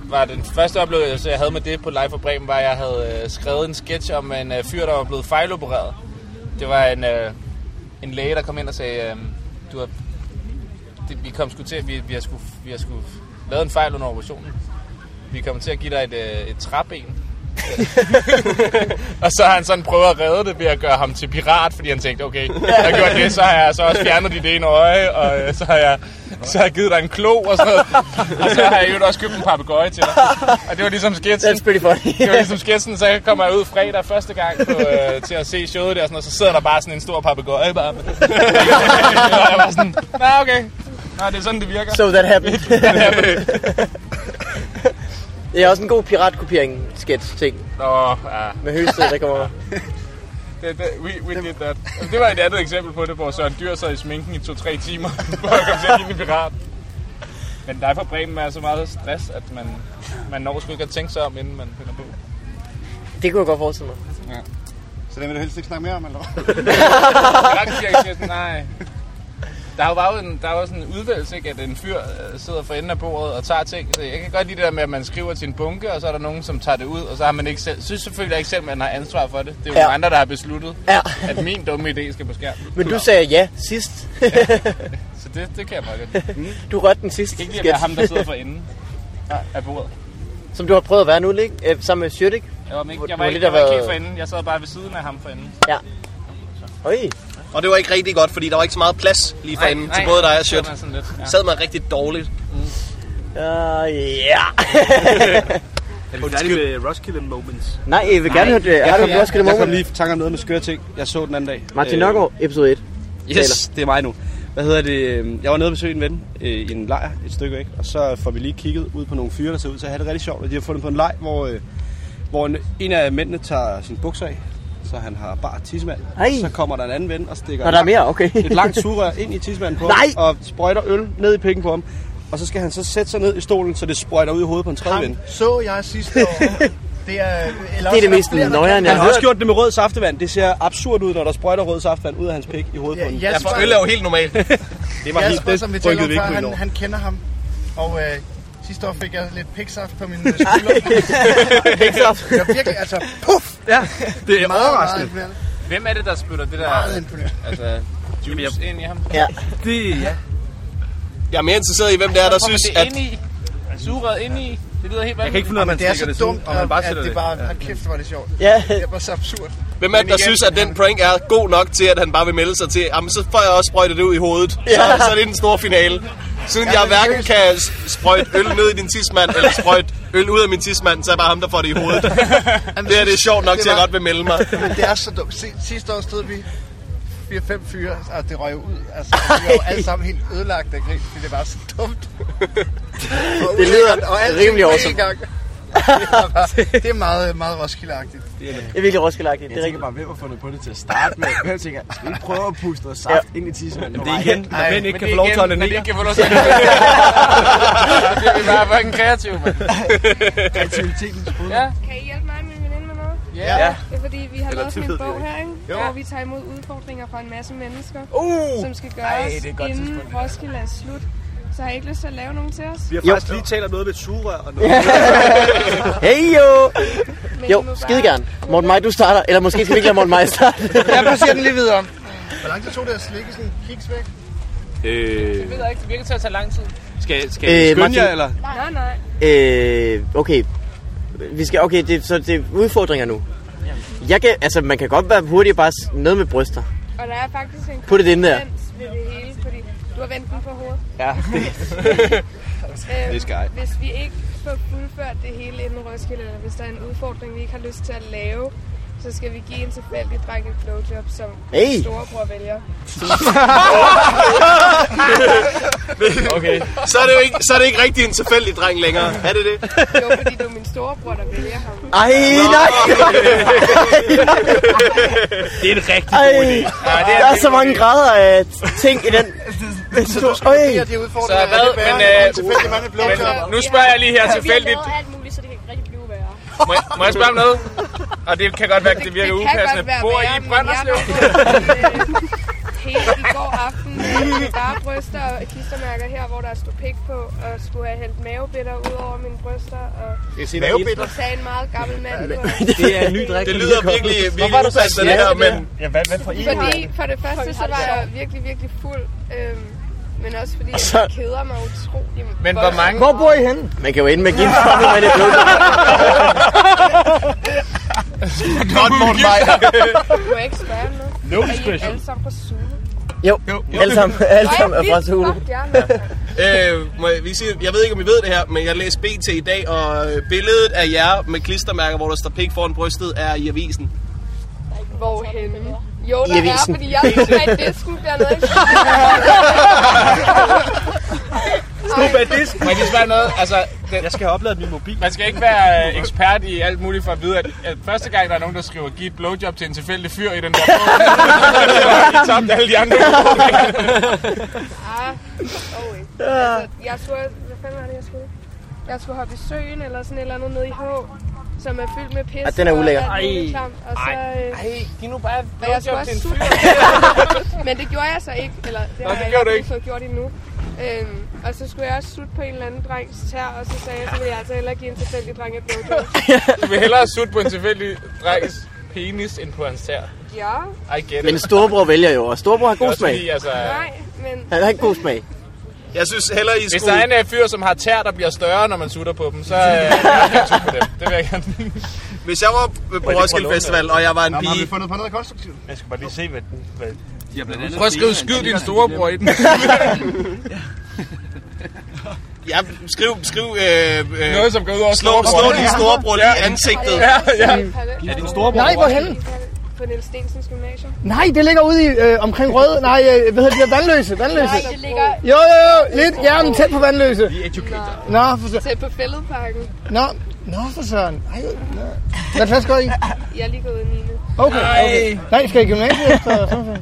E: var den første oplevelse, jeg havde med det på Live for Bremen, var, at jeg havde øh, skrevet en sketch om en øh, fyr, der var blevet fejlopereret. Det var en, øh, en læge, der kom ind og sagde, øh, du har, det, vi kom sgu til, vi, vi har sgu, vi har sgu lavet en fejl under operationen. Vi kommer til at give dig et, øh, et træben. og så har han sådan prøvet at redde det ved at gøre ham til pirat, fordi han tænkte, okay, jeg har gjort det, så har jeg så også fjernet dit ene øje, og øh, så har jeg så har jeg givet dig en klo og sådan noget. Og så har jeg jo også købt en papegøje til dig. Og det var ligesom sketsen.
A: That's pretty
E: Det
A: funny.
E: var ligesom sketsen, så jeg kommer jeg ud fredag første gang på, øh, til at se showet der, og sådan noget, så sidder der bare sådan en stor papegøje bare. og jeg var sådan, nej okay, nej det er sådan det virker.
A: So that happened. det er også en god piratkopiering sketch ting
E: Nå, ja.
A: med høstet, der kommer
E: Det, det, we, we did that. Jamen, Det var et andet eksempel på det, hvor Søren Dyr sad i sminken i 2-3 timer, for at komme til at ligne en pirat. Men dig fra Bremen er så meget stress, at man, man når sgu ikke at tænke sig om, inden man finder på.
A: Det kunne jeg godt forestille mig.
B: Så det vil du helst ikke snakke mere om, eller hvad?
E: Piratkopieringsgæsten, nej. Der er jo bare en, der er jo sådan en udvælgelse, ikke? at en fyr øh, sidder for enden af bordet og tager ting. Så jeg kan godt lide det der med, at man skriver til en bunke, og så er der nogen, som tager det ud, og så har man ikke selv, synes selvfølgelig ikke selv, man har ansvar for det. Det er
A: Ja.
E: jo ja. andre, der har besluttet,
A: Ja.
E: at min dumme idé skal på skærmen.
A: Men du sagde ja sidst.
E: Så det, det kan jeg meget godt lide.
C: Mm.
A: Du rørte den sidste
E: Det kan ikke
A: sketch,
E: lide at være ham, der sidder for enden af bordet.
A: som du har prøvet at være nu, ikke? Øh, Sammen med Sjørik.
E: Jeg var, ikke,
A: Du
E: jeg
A: har
E: var, ikke,
A: lidt
E: jeg var ikke
A: været-
E: helt for enden. Jeg sad bare ved siden af ham for enden.
A: Ja. Oj.
C: Og det var ikke rigtig godt, fordi der var ikke så meget plads lige for enden til både dig og
E: så var
C: Shirt.
E: man sådan lidt, ja.
C: Sad man rigtig dårligt.
A: Ja, Øh, ja.
D: Er vi færdige med Roskilde Moments?
A: Nej, jeg vil gerne høre det. Har du
D: kom-
A: et Roskilde
D: Jeg kom
A: Moment?
D: lige i tanke om noget med skøre ting. Jeg så den anden dag.
A: Martin
D: Øh,
A: Nørgaard, episode 1.
D: Yes, det er mig nu. Hvad hedder det? Jeg var nede og besøge en ven øh, i en lejr et stykke væk, og så får vi lige kigget ud på nogle fyre, der ser ud til at have det rigtig sjovt, og de har fundet på en leg, hvor, øh, hvor en, en af mændene tager sin bukser af, så han har bare tissemand.
A: Ej.
D: Så kommer der en anden ven og stikker
A: Nå, der
D: en
A: er
D: lang-
A: mere, okay.
D: et langt sugerør ind i tismanden på
A: Nej.
D: ham, og sprøjter øl ned i pikken på ham. Og så skal han så sætte sig ned i stolen, så det sprøjter ud i hovedet på en tredje ven.
B: Ham så jeg sidste år. øh, Det er, eller
A: Det er det mest nøjeren, jeg
D: Han har
A: har
D: også
A: hørt.
D: gjort det med rød saftevand. Det ser absurd ud, når der sprøjter rød saftevand ud af hans pik i hovedet på en.
B: Ja,
C: Ja,
B: Jasper,
C: for øl er jo helt normalt.
D: det
B: Jasper, som vi talte
D: rykkede
B: om før,
D: på i
B: han,
D: år.
B: han kender ham. Og øh, sidste år fik jeg lidt piksaft på min øh, skulder.
A: Pixar.
B: Jeg var virkelig, altså, puff!
D: Ja, det er
B: Meget, meget
D: overraskende.
B: imponerende.
E: Hvem er det, der spytter det der
B: Meget imponerende.
E: altså, juice ind i ham?
A: Ja.
D: Det, ja.
C: Jeg er mere interesseret i, hvem det er, der
E: Kommer
C: synes,
E: det
C: at...
E: ind i? Sugerøret ind i? Det lyder
F: Jeg
E: helt
F: kan
E: vanvittigt.
F: ikke finde ud af, om
B: Men det er så dumt,
F: og man bare
B: at
F: sætter
B: det
F: det.
B: bare, hold kæft, hvor er det sjovt.
A: Ja.
B: Det er bare så absurd.
C: Hvem er det,
B: Men
C: der
B: igen,
C: synes, at den prank er god nok til, at han bare vil melde sig til? Jamen, så får jeg også sprøjtet det ud i hovedet. Ja. Så, så er det den store finale. Siden
B: Ja,
C: jeg
B: men
C: hverken
B: seriøst.
C: kan s- sprøjte øl ned i din tidsmand, eller sprøjte øl ud af min tidsmand, så er det bare ham, der får det i hovedet.
B: Jamen,
C: Det her det er sjovt nok
B: det
C: til, at jeg
B: var-
C: godt vil melde mig.
B: Men det er så dumt. Si- Sidste år stod vi 4-5 fyre, og det røg jo ud. Altså, vi var jo alle sammen helt ødelagt af grin, fordi det var så dumt. Og
A: Det lyder
B: ulækkert, og alt
A: rimelig
B: på én
A: awesome.
B: gang. Det er bare- Det er meget, meget roskildeagtigt.
A: Det er virkelig roskilde Det
H: Jeg
A: er
H: tænker
A: rigtigt.
H: bare, hvem har fundet på det til at starte med? Hvem tænker, skal vi prøve at puste noget saft ind i tissemanden?
D: Det er igen, når
B: Ej,
D: mænd ikke
E: Men
D: kan
E: det
D: få
E: er
D: lov til at
E: igen- men det
D: onanere.
E: er ikke for lov til at Det er vi bare fucking kreative, mand.
H: Kreativitetens brud.
E: Ja.
I: Kan I hjælpe mig og min veninde med noget?
E: Ja.
I: Det er fordi, vi har lavet sådan en bog her, ikke?
B: Jo.
I: hvor vi tager imod udfordringer fra en masse mennesker,
H: Uh!
I: som skal
H: Ej,
I: gøres
H: det er et godt
I: inden
H: tidspunkt.
I: Roskilde er slut. Så har I ikke lyst til at lave nogen til os?
D: Vi har faktisk lige talt om noget med et sugerør og noget.
A: Hey jo!
I: Men
A: Jo,
I: I må bare-
A: skide gerne. Morten Maj, du starter. Eller måske skal vi ikke lade Morten Maj starte.
G: Jeg placerer den lige videre.
B: Hvor lang tid tog det at slikke sådan en kiks væk?
E: Jeg ved ikke, det virker til at tage lang tid.
D: Skal, skal
A: Øh,
D: øh, skynde
A: Martin-
D: jer, eller?
I: Nej, nej.
A: Øh, okay. Vi skal, okay, det, så det er udfordringer nu. Jeg kan, altså, man kan godt være hurtig og bare s- noget med bryster.
I: Og der er faktisk en
A: Put it in there.
I: konsistens ved det hele, fordi du har vendt den på hovedet.
A: Ja, det,
I: Øhm,
D: Det skal jeg.
I: Hvis vi ikke får fuldført det hele inden Roskilde, eller hvis der er en udfordring, vi ikke har lyst til at lave, så skal vi give en tilfældig dreng et blowjob, som
A: Hey!
I: storebror vælger.
D: Okay.
C: Så er det jo ikke, så er det ikke rigtig en tilfældig dreng længere. Er det det?
I: Jo, fordi det er min storebror, der vælger ham.
A: Ej, nej!
F: Det er en rigtig
A: Ej,
F: god idé.
A: der er så mange grader af ting i den. Så du skal
B: Det er de
E: Så
B: udfordringer,
E: hvad,
B: det er
E: men,
B: værre,
E: øh,
B: end tilfældig mand i blowjob.
H: øh,
E: Men Altså, nu spørger jeg lige her
I: altså,
E: tilfældigt.
I: alt muligt, så det kan ikke rigtig blive værre.
E: Må jeg, må jeg spørge om noget? Og det kan godt være, at det virker
I: det kan
E: upassende.
I: godt være
E: Bor I
I: værre,
E: i
I: men
E: Brønderslev?
I: jeg har fået, øh, Hele i går aften med bare bryster og klistermærker her, hvor der stod pik på, og skulle have hældt mavebitter ud over mine bryster, og
B: Mavebitter.
I: så sagde en meget gammel mand. på-
A: Det er en ny drik.
C: Det lyder virkelig, virkelig upassende det her, men
H: Ja, hvad, hvad for en?
I: Fordi for det første, så var jeg virkelig, virkelig fuld. Øhm, men også fordi jeg
A: så-
I: keder mig utrolig
E: Men hvor
I: voldsomt.
E: mange-
H: Hvor bor I henne?
A: Man kan jo ende med at give en fucking mand et blowjob.
C: godt, Morten Meier.
I: Du må ikke spørge om noget. No er I alle sammen på Zulu?
A: Jo, alle sammen, alle sammen er fra Zulu.
I: Fuck jer, mand.
C: Øh, må jeg, lige sige, jeg ved ikke, om I ved det her, men jeg læste BT i dag, og øh, billedet af jer med klistermærker, hvor der står pik foran brystet, er i avisen.
I: Hvorhenne? Jo, der er,
A: avisen.
I: fordi jeg synes, at disken bliver noget.
E: Må jeg lige spørge noget? Altså, det,
D: Jeg skal have opladet min mobil.
E: man skal ikke være øh, ekspert i alt muligt for at vide, at, at første gang, der er nogen, der skriver, giv et blowjob til en tilfældig fyr i den der bog, så er de tomt alle de andre.
I: Ah, oh, ikke. Altså, jeg skulle... Hvad fanden var det, jeg skulle? Jeg skulle hoppe i søen eller sådan et eller andet nede i H, som er fyldt med pis.
A: Ah, den er
I: og
A: ulækker.
I: alt muligt klamt, Og så... Øh,
E: Hey, giv nu bare et
I: Og jeg
E: blowjob
I: skulle
E: til
I: også
E: en
I: sutte.
E: fyr.
I: øh, Men det gjorde jeg så ikke. Eller det har
E: det
I: jeg
E: gjorde du
I: ikke
E: ikke.
I: fået gjort endnu. Øhm, og så skulle jeg også sutte på en eller anden drengs tær, og så sagde jeg, så vil jeg altså hellere give en tilfældig dreng et blowjob.
E: Du vil hellere sutte på en tilfældig drengs penis, end på hans tær.
I: ja,
E: I get it.
A: Men storebror vælger jo, og storebror har
E: Det er
A: god
E: også fordi,
A: smag.
E: altså,
I: nej, men...
A: Han har ikke god smag.
C: Jeg synes heller, I
E: hvis der er
C: skulle...
E: en øh, fyr, som har tær, der bliver større, når man sutter på dem, så øh, vil jeg gerne sutte på dem. Det vil jeg gerne.
C: Hvis jeg var på Roskilde Festival, og jeg var en
B: Nå, men har vi
C: pige...
B: fundet på noget konstruktivt?
F: Jeg skal bare lige se, hvad... hvad de har blandt andet
E: Prøv at skrive, skyd din storebror i den.
C: Ja, skriv... skriv øh, øh,
E: Noget, som går ud over
C: slå,
E: storebror.
C: slå din storebror lige i ansigtet.
E: Ja, ja.
I: Er din
H: storebror Nej, på hvorhenne?
I: På Niels Stensens Gymnasium.
H: Nej, det ligger ude i, øh, omkring Rød. Nej, øh, hvad hedder det? Vandløse. Vandløse.
I: Nej, det ligger
H: Jo, jo, jo. Lidt. Ja, men tæt på Vandløse. Nå, for søren.
I: tæt på fældeparken.
H: Nå, nå for søren. Ej, nå. Hvad klasse går I?
I: Jeg er lige gået ind i nu.
H: Okay, okay. Nej, skal I i gymnasiet efter? sådan noget?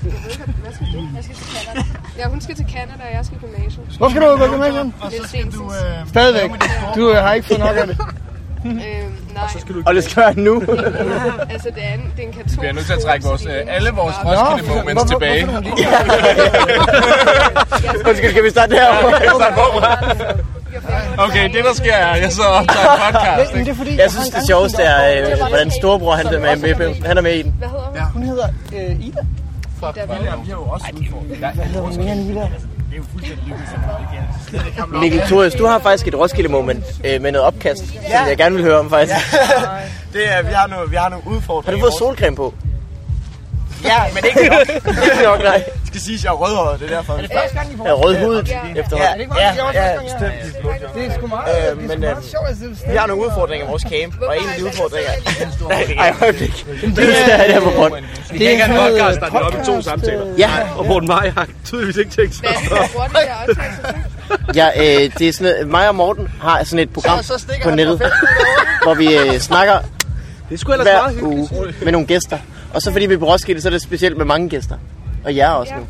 I: Hvad skal du? Jeg skal til Canada. Ja, hun skal til Canada, og jeg skal i gymnasium.
H: Hvor skal du gå i gymnasiet?
B: Og så skal du... Øh,
H: Stadigvæk. Du øh, har ikke fået nok af det.
I: Øhm, nej,
A: Og det skal være nu.
I: altså det er en, det er en katolsk
E: Vi er nødt til at trække vores,
I: skole, så
E: øh,
I: det er
E: alle vores
I: bare-
E: Roskilde
H: hvorfor-
E: Moments
H: hvorfor-
E: tilbage.
H: hvorfor er
I: Jeg skal-
A: Undskyld, kan vi starte derovre?
E: Okay, det der sker er, at jeg sidder og optager en podcast.
H: Men det er fordi,
A: Jeg synes, det sjoveste er, øh, hvordan storebror han, er med, med, han er med i den.
I: Hvad hedder
H: Hun
I: hun?
H: hedder øh, Ida.
A: Mikkel Thorius, du har faktisk et Roskilde-moment øh, med noget opkast, som jeg gerne vil høre om faktisk.
H: Det er, vi har nogle, vi har nogle
A: Har
H: udfordringer.
A: du fået solcreme på?
H: Ja, men ikke nok.
A: Ikke nok, nej.
H: Det skal siges, jeg er rødhåret, det er derfor.
I: Øh,
H: Er det første gang, I får
A: Jeg er rødhudet
I: Ja.
A: efterhånden. Øh,
H: Ja, ja, ja, bestemt. Det er sgu meget,
A: det er sgu meget
H: sjovt, at det
A: Vi har nogle udfordringer i vores camp, og en af de udfordringer... Ej, øjeblik. Det
H: er-
A: er det her på grund.
H: Vi kan ikke have en podcast, der er op i to samtaler.
A: Ja,
D: Og Morten Meier har tydeligvis ikke tænkt sig.
I: Hvad er det, hurtigt der også?
A: ja øh, det er sådan noget, mig og Morten har sådan et program
B: så stikker
A: på
B: han
A: nettet, hvor vi øh, snakker
D: Det skulle ellers meget
A: hver
D: hyggeligt.
A: uge med nogle gæster. Og så fordi vi er på Roskilde, så er det specielt med mange gæster. Og jer også
I: Ja.
A: nu.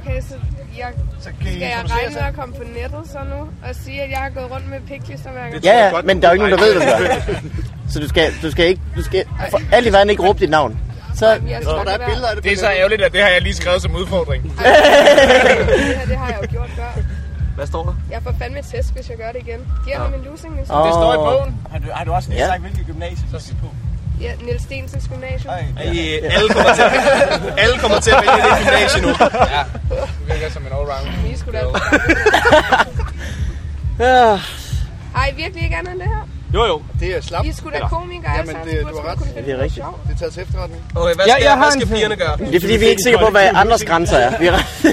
I: Okay, så jeg,
B: så kan I
I: skal jeg
B: introducere
I: regne
B: sig.
I: med at komme på nettet så nu og sige, at jeg har gået rundt med piklistermærker?
A: Ja, ja, men der er jo ikke nogen, der ved, hvad du gør. Så du skal, du skal ikke, du skal for alt i verden ikke råbe dit navn. Så
I: Jeg tror,
B: Der er billeder af det.
E: Det er så ærgerligt, at det har jeg lige skrevet som udfordring.
I: Det her, det har jeg jo gjort før.
D: Hvad står der?
I: Jeg får fandme et test, hvis jeg gør det igen. Giver ham en losing, hvis
A: Åh.
E: Det står i bogen.
F: Har du, har du også lige
A: Ja.
F: sagt, hvilket gymnasie du skal på?
I: Ja, Niels Stensens Gymnasium.
C: I, alle, kommer til, alle kommer til at vælge det gymnasie nu.
E: Du virker som en allround.
I: Vi skulle da...
A: Ah,
I: Ej, virkelig ikke andet end det her?
E: Jo, jo.
B: Det er slapt.
I: I er sgu da komikere, alle
B: Jamen,
I: sammen.
B: det-
I: Du burde
B: du har
I: sgu da
B: ret.
I: kunne finde
A: Det er
I: noget
A: rigtigt.
I: sjovt.
B: Det er taget til efterretning.
C: Okay, hvad
D: Ja,
C: skal,
D: jeg har
C: hvad
D: en
C: skal
D: ting.
C: pigerne gøre?
A: Det er fordi, vi er ikke sikre på, hvad andres grænser er. Vi er ret-
I: Jeg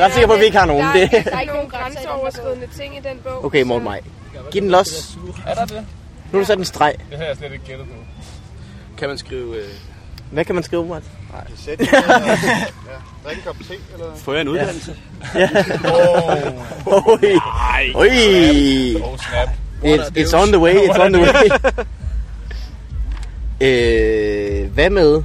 A: er ret sikker på, at vi ikke har nogen.
I: Der er,
A: Det-
I: der er ikke nogen grænseoverskridende ting i den bog.
A: okay, Morten Maj. Giv den los.
E: Er der det?
A: Nu er der sat en streg.
E: Det havde jeg slet ikke gættet på.
F: Kan man skrive... Øh...
A: Hvad kan man skrive, Mart?
B: Sæt dig ned og- ja, drik en kop te, eller...
D: Får jeg en uddannelse?
A: Oi. Oi.
E: Oh, snap.
A: It's, it's on the way, it's on the way. øh, hvad med...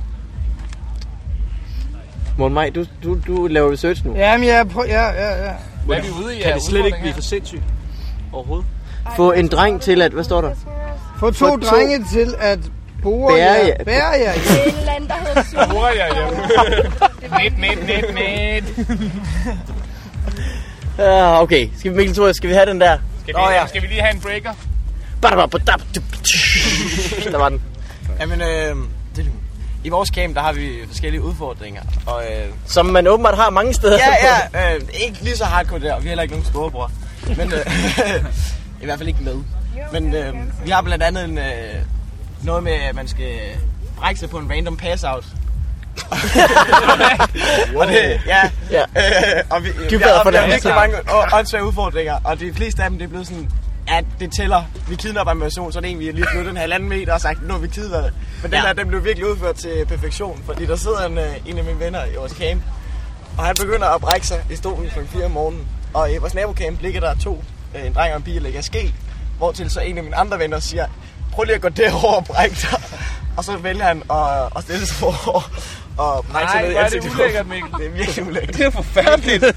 A: Morten Maj, du, du, du laver research nu.
G: Jamen, jeg prøver... Ja, ja, ja.
E: Hvad er vi ude i?
F: Kan
E: af
F: det slet ikke
E: udfordringer?
F: blive for sindssygt? Overhovedet.
I: Ej,
A: Få
I: jeg
A: en
I: tror,
A: dreng
I: det
A: til
I: er
A: at- hvad står der?
I: noget,
G: Få to,
A: Få to-
G: drenge til at bore
A: Bære
G: jer.
A: jer-
G: Bære jer.
I: Det er en eller anden, der hedder Sue.
E: Hvor er jeg hjemme?
I: Det var
E: Net, net, net, net.
A: Ah, okay, skal vi, Mikkel Thor, skal vi have den der?
E: Skal vi, skal vi lige have en breaker?
A: Badabadab. Der var den.
H: Jamen, øh, det, i vores camp, der har vi forskellige udfordringer. Og, øh,
A: Som man åbenbart har mange steder.
H: ja, ja, øh, ikke lige så hardcore der, og vi har heller ikke nogen storebror. Men, øh, i hvert fald ikke med. Men øh, vi har blandt andet en, øh, noget med, at man skal brække sig på en random pass-out. og det, ja,
A: Ja.
H: Øh, og vi, øh, vi
A: Dybt
H: har oplevet
A: fornærmet.
H: virkelig mange og, åndssvage udfordringer, og de fleste af dem, det er blevet sådan, at det tæller. Vi kidnapper en version, så er det en, vi har lige flyttet en halvanden meter og sagt, nu har vi kidnappet. Men den
A: Ja.
H: her, den blev virkelig udført til perfektion, fordi der sidder en, øh, en af mine venner i vores camp, og han begynder at brække sig i stolen kl. 4 om morgenen. Og i vores nabocamp ligger der to, øh, en dreng og en pige, der ligger ske. Hvortil så en af mine andre venner siger, prøv lige at gå derover og brække dig. Og så vælger han at, at stille sig forover og brække sig
E: Nej,
H: ned i
E: hvor er det
H: ansigtet på
E: ulækkert,
H: mig.
E: Mikkel.
H: Det er virkelig ulækkert.
E: Det er forfærdeligt. Jeg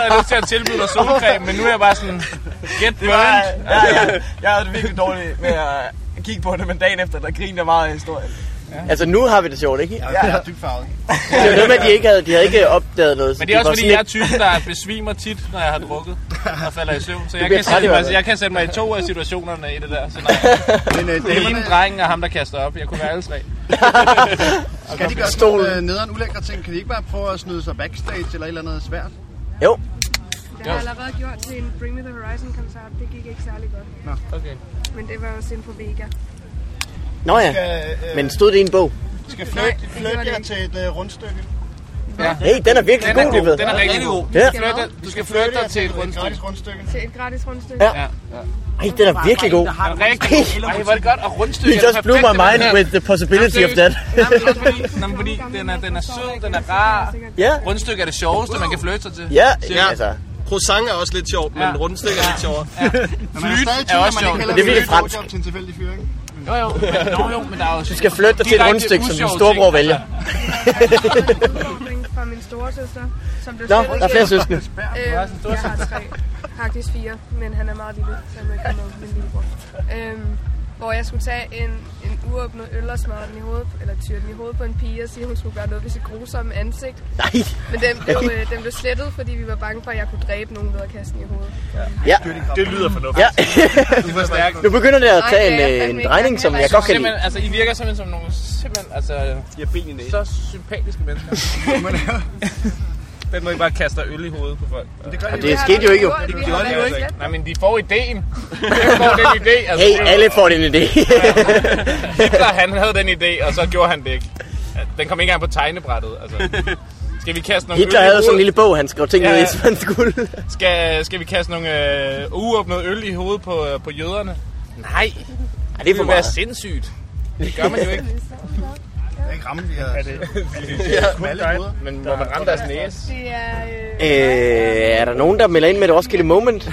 E: havde lyst til at tilbyde dig solcreme, men nu er jeg bare sådan, get
H: Det var,
E: burnt.
H: ja, ja, jeg havde det virkelig dårligt med at kigge på det, men dagen efter, der grinede jeg meget af historien.
A: Altså, nu har vi det sjovt, ikke?
B: Ja, det er dybt farvet.
A: Det er jo noget med, at de ikke havde, de havde ikke opdaget noget. så
E: Men det er
A: de
E: også
A: var
E: fordi,
A: sådan
E: jeg er typen, der besvimer tit, når jeg har drukket og falder i søvn. Så jeg
A: bliver
E: kan,
A: træt i
E: sætte
A: hvert
E: mig,
A: fald.
E: jeg kan sætte mig i to af situationerne i det der scenarie.
B: Men øh,
E: Det er hende,
B: damerne,
E: drengen og ham, der kaster op. Jeg kunne være alle tre.
B: kan de gøre sådan nogle øh, nederen ulækre ting? Kan de ikke bare prøve at snyde sig backstage eller et eller andet svært?
A: lidt- Jo,
I: Det har jeg allerede gjort til en Bring Me The Horizon-koncert. Det gik ikke særlig godt.
E: Okay.
I: Men det var også inde på Vega.
A: Nå ja,
B: Øh, øh,
A: men stod det i en bog?
B: skal
I: Nej,
B: flytte
I: det
B: flyt
I: gjorde det
B: jer
I: ikke.
B: til et øh, rundstykke?
A: Hey, den er virkelig
E: Den
A: god,
E: er
A: lige ved.
E: god. Den er rigtig god.
A: Ja.
E: Flirte, du skal flytte dig til et rundstykke.
B: gratis rundstykke.
I: Til et gratis rundstykke.
A: Ja. Ej, den er virkelig god.
E: Den er rigtig god. Ej, hvor er det godt. Og
A: You
E: rundstykke er
A: just
E: det
A: blew my
E: perfekte,
A: mind
E: den her.
A: with the possibility of that.
E: Nej, men også fordi, nej, men fordi den er, den er sød, den er rar.
A: Ja,
E: Rundstykke er det sjoveste, man kan flytte sig til.
A: ja,
C: Ja.
A: altså.
C: Croissant er også lidt sjovt, men
E: Ja.
C: rundstykker er lidt sjovere.
B: Men man er stadig
E: er
B: typen,
E: også
B: at man
E: sjovt.
B: ikke heller
A: Men det er
B: vil
A: virkelig
B: give et
A: fransk.
B: blowjob til en tilfældig fyr, ikke?
E: Jo, jo, men, jo, jo, men der er jo...
A: Du skal flytte dig til et
E: Direkte
A: rundstykke, som din
E: usjove
A: storebror
E: ting, altså.
A: vælger.
I: en udfordring fra min storesøster, som blev
A: Nå,
I: slettet
A: der er flere
I: igen.
A: søskende.
I: Øh, jeg har tre. Faktisk fire, men han er meget lille, så han må ikke komme med min lillebror. Øhm, hvor jeg skulle tage en, en uåbnet øl og smadre den i hovedet, eller tyre den i hovedet på en pige og sige, at hun skulle gøre noget ved sit grusomme ansigt.
A: Nej.
I: Men den blev, øh, den blev slettet, fordi vi var bange for, at jeg kunne dræbe nogen ved at kaste den i hovedet.
A: Ja,
C: Det lyder fornuftigt.
A: ja. Nu begynder det at tage en,
I: Nej, det er
A: øh,
I: fandme
A: en
I: ikke.
A: drejning, som jeg godt kan lide.
E: Simpelthen, altså, I virker simpelthen som nogle simpelthen, altså,
F: De har ben i næsen.
E: så sympatiske mennesker. Hvem må ikke bare kaste øl i hovedet på folk?
A: Det skete jo ikke, jo.
I: Det gjorde det jo ikke.
E: Nej, men de får ideen. Hvem får den idé? Altså,
A: Hey,
E: det er jo-
A: alle får den idé.
E: Hitler, han havde den idé, og så gjorde han det ikke. Ja, Den kom ikke engang på tegnebrættet, altså. Skal vi kaste nogle
A: Hitler
E: øl i
A: havde sådan en
E: hovedet?
A: lille bog, han skrev ting
E: Ja,
A: ned i,
E: ja.
A: som han skulle.
E: Skal, skal vi kaste nogle øh, uåbnede øl i hovedet på, øh, på jøderne? Nej, det,
A: Ej, det er
E: vil
A: for
E: være
A: meget.
E: sindssygt. Det gør man jo ikke.
B: Det er ikke ramme, vi har. Smalle hoveder.
E: Men må man ramme deres næse?
I: Det er... Øh,
A: Øh, er der nogen, der melder ind med et Roskilde Moment?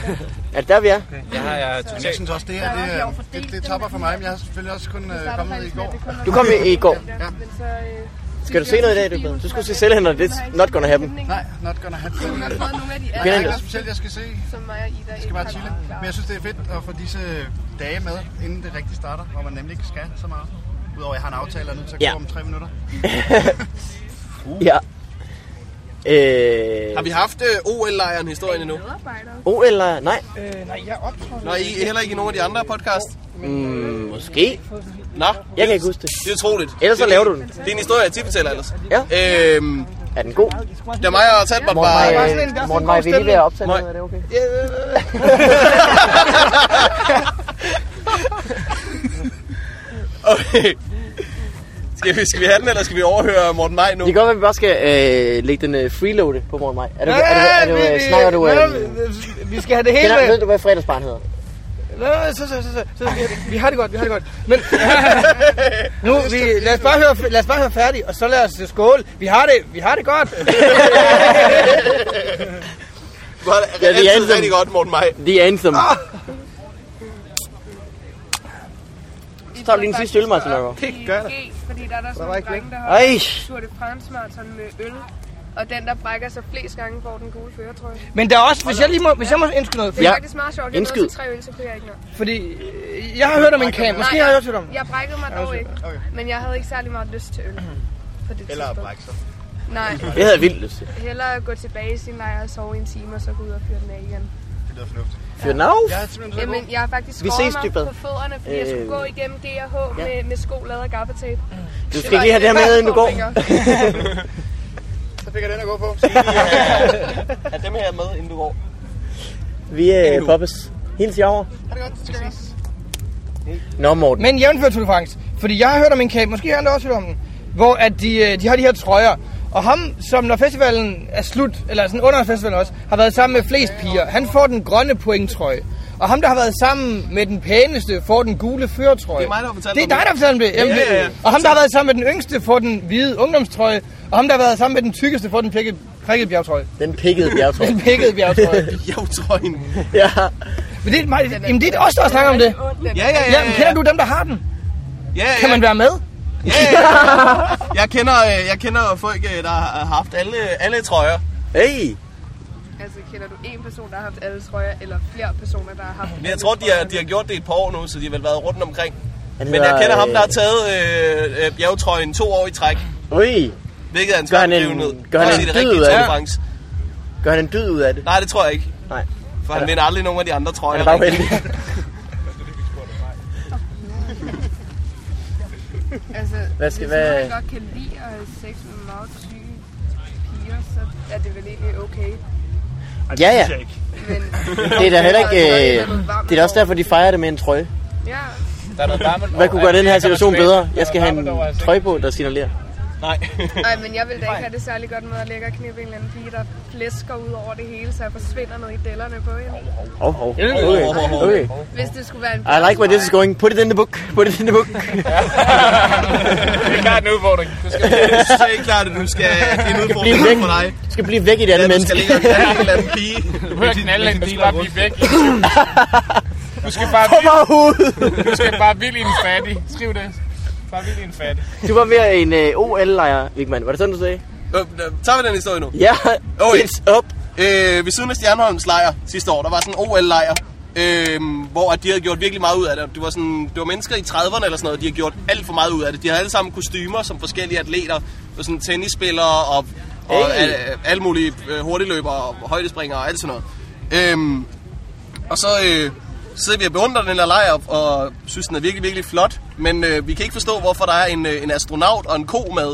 A: Er det der, vi er?
E: Jeg har jeg
B: Jeg
E: totalt...
B: synes også, det her det, er- det, det topper for mig, men jeg har selvfølgelig også kun øh, kommet i går.
A: Du kom i- i går.
I: Ja. Men så, øh,
A: Skal du se noget i dag, du Du skulle se selvhænder, it's not gonna happen.
B: Nej, not gonna happen.
I: Jeg har fået nogle af de
B: Der
A: Kender
B: er
I: andre,
A: I
B: ikke
A: det?
B: noget specielt, jeg skal se. Jeg
I: som mig og Ida
B: skal
I: ikke
B: bare
I: har
B: chille.
I: været klar.
B: Men jeg synes, det er fedt at få disse dage med, inden det rigtig starter, hvor man nemlig ikke skal så meget. Udover at jeg har en aftale, og nu så
A: Ja.
B: går om tre minutter.
A: Ja. Øh,
C: Har vi haft øh, OL-lejren historien endnu?
I: Medarbejdere.
A: OL eller nej?
C: Nå, I, heller ikke i nogen af de andre podcast?
A: Mm, måske.
C: Nå,
A: Jeg kan ikke huske det.
C: det er utroligt.
A: Ellers så
C: Det-
A: laver du den.
C: Det er en historie, jeg tit fortæller ellers.
A: Ja.
C: Øhm,
A: Er den god?
C: da mig og Talbot
A: Morten
C: var...
A: Maj,
G: sådan en- der er
A: øh,
G: sådan
A: Morten
G: en
A: Maj,
G: god
A: vi er lige ved at optage
C: stemning.
A: noget, er det okay?
C: Okay. Skal vi, skal vi have den, eller skal vi overhøre Morten Maj nu?
A: Det kan godt være, at vi bare skal øh, lægge den øh, freeloade på morgen maj. Er du, er du, er du, er du, snakker du... Øh,
G: vi skal have det hele
A: kender,
G: med.
A: ved du, hvad fredagsbarn hedder?
G: Nå, så, så, så, så, så vi, har det, vi har det godt, vi har det godt. Men nu, vi, lad, os bare høre, lad os bare høre færdig, og så lad os øh, skåle. Vi har det, vi har det godt.
C: Du har det
A: Ja, det er
C: altid
A: altid-
C: rigtig godt, Morten Maj.
A: The Anthem. Så tager du lige en sidste øl, Martin Nørgaard.
I: Det gør det. Fordi der er der sådan nogle drenge, der har
A: Ej,
I: Tour de France marathon med øl. Og den, der brækker sig flest gange, får den gule føretrøje.
G: Men der er også, hvis jeg lige må, hvis jeg må indskyde noget,
I: Det er
A: Ja.
I: faktisk meget sjovt. Jeg nåede
A: Indskyd.
I: til tre øl, så kunne jeg ikke nå.
G: fordi øh, jeg har hørt om en camp. Måske har jeg også hørt om den.
I: Jeg brækkede mig dog ikke.
B: Okay.
I: Men jeg havde ikke særlig meget lyst til øl. På det
B: Eller
I: tidspunkt.
B: brække sig.
I: Nej,
A: det havde jeg vildt lyst til.
I: hellere gå tilbage i sin lejr og sove i en time, og så gå ud og fyre den af igen.
B: Det lyder fornuftigt.
A: Fyr den af.
B: Jeg er simpelthen så god.
I: Jamen, jeg har faktisk
A: Vi
I: skåret
A: ses,
I: mig
A: Dybbad.
I: på fødderne, fordi jeg skulle
A: Øh.
I: gå igennem DRH med, med sko lavet af gaffatape.
A: Du skal ikke lige have det her med, inden du går.
B: Så fik jeg den at gå på.
C: Er dem her med, inden du går?
A: Vi er øh, poppes. Hils jer over.
B: Ha' det godt. Skal
A: Nå, Morten.
G: Men jævnfør Tour de France. Fordi jeg har hørt om en camp, måske har han også hørt om den, hvor at de, øh, de har de her trøjer. Og ham, som når festivalen er slut, eller sådan under festivalen også, har været sammen med flest piger, han får den grønne pointtrøje. Og ham, der har været sammen med den pæneste, får den gule førtrøje.
C: Det er mig, der har fortalt
G: Det er
C: dig
G: dig,
C: om
G: der har fortalt om det. Jamen,
C: Ja, ja, ja.
G: Og ham, der har været sammen med den yngste, får den hvide ungdomstrøje. Og ham, der har været sammen med den tykkeste, får den prikkede, prikkede bjergtrøje.
A: Den pikkede bjergtråd.
G: Den prikkede bjergtrøje.
C: Javtrøjen.
A: ja.
G: Men det er, mig, jamen, det er os, der har snakket om det.
C: Ja, ja, ja.
G: Jamen, kender du dem, der har den?
C: Ja, ja.
G: Kan man være med?
C: Ja, ja. Jeg kender, øh, jeg kender folk, øh, der har haft alle, alle trøjer.
A: Hey.
I: Altså, kender du en person, der har haft alle trøjer, eller flere personer, der har haft
C: Men jeg tror, de har, de har gjort det i et par år nu, så de har vel været rundt omkring.
A: Han
C: Men jeg
A: hedder,
C: kender ham,
A: øh,
C: der har taget øh, øh, bjergetrøjen to år i træk,
A: Ui.
C: hvilket er
A: Gør
C: en svær
A: han en-
C: begivenhed.
A: gør han
C: Også
A: en
C: i det
A: dyd
C: rigtige
A: ud af
C: Tour de
A: det?
C: France.
A: Gør han en død ud af det?
C: Nej, det tror jeg ikke.
A: Nej.
C: For han vinder aldrig nogen af de andre trøjer.
A: Han er bare uheldig.
I: Altså,
A: Hvad skal-
I: hvis
A: hvad-
I: man godt kan lide at have sex med meget syge piger, så er det vel egentlig okay.
A: Ja, ja.
I: Men
A: Det er da heller ikke... Øh, det er da også derfor, de fejrer det med en trøje.
I: Ja,
E: Der er noget varmt
A: Hvad kunne gøre den her situation bedre? Jeg skal have
E: Labrador er
A: en
E: altså
A: trøje på, der signalerer.
C: Nej.
I: Ej, men jeg vil da ikke have det særlig godt med at lægge og knippe en eller anden pige, der flæsker ud over det hele, så jeg forsvinder ned i dellerne på hende.
A: Hov, hov. Okay, okay.
I: Hvis det skulle være en
A: I like where this is going. Put it in the book. Put it in the book.
E: Det er klart en udfordring. Det skal
C: Det er ikke klart, at du skal det er en
A: Bliv
C: udfordring
A: væk.
C: for dig.
A: Du skal blive væk i det
C: Ja,
A: andet
C: du skal
A: menneske.
C: ligge og knalde en eller anden pige.
E: du behøver ikke knalde hende, du skal bare blive væk. Du skal bare,
A: Kom over hovedet.
E: du skal bare vildt i en fattig. Skriv det. Bare vildt i en fattig.
A: Du var ved en øh, OL-lejr, Vigman. Var det sådan, du sagde?
C: Øh, øh, Tager vi den historie nu?
A: Ja.
C: Oh,
A: It's up.
C: Øh, ved siden af Stjernholms lejr sidste år, der var sådan en OL-lejr, øh, hvor at de havde gjort virkelig meget ud af det. Det var, sådan, det var mennesker i 30'erne eller sådan noget, de har gjort alt for meget ud af det. De havde alle sammen kostymer som forskellige atleter, Det var sådan tennisspillere og, og
A: Hey.
C: al, alle mulige øh, hurtigløbere og højdespringere og alt sådan noget. Øhm, og så øh, sidder vi og beundrer den her lejr og- og synes, den er virkelig, virkelig flot. Men øh, vi kan ikke forstå, hvorfor der er en, øh, en astronaut og en ko med.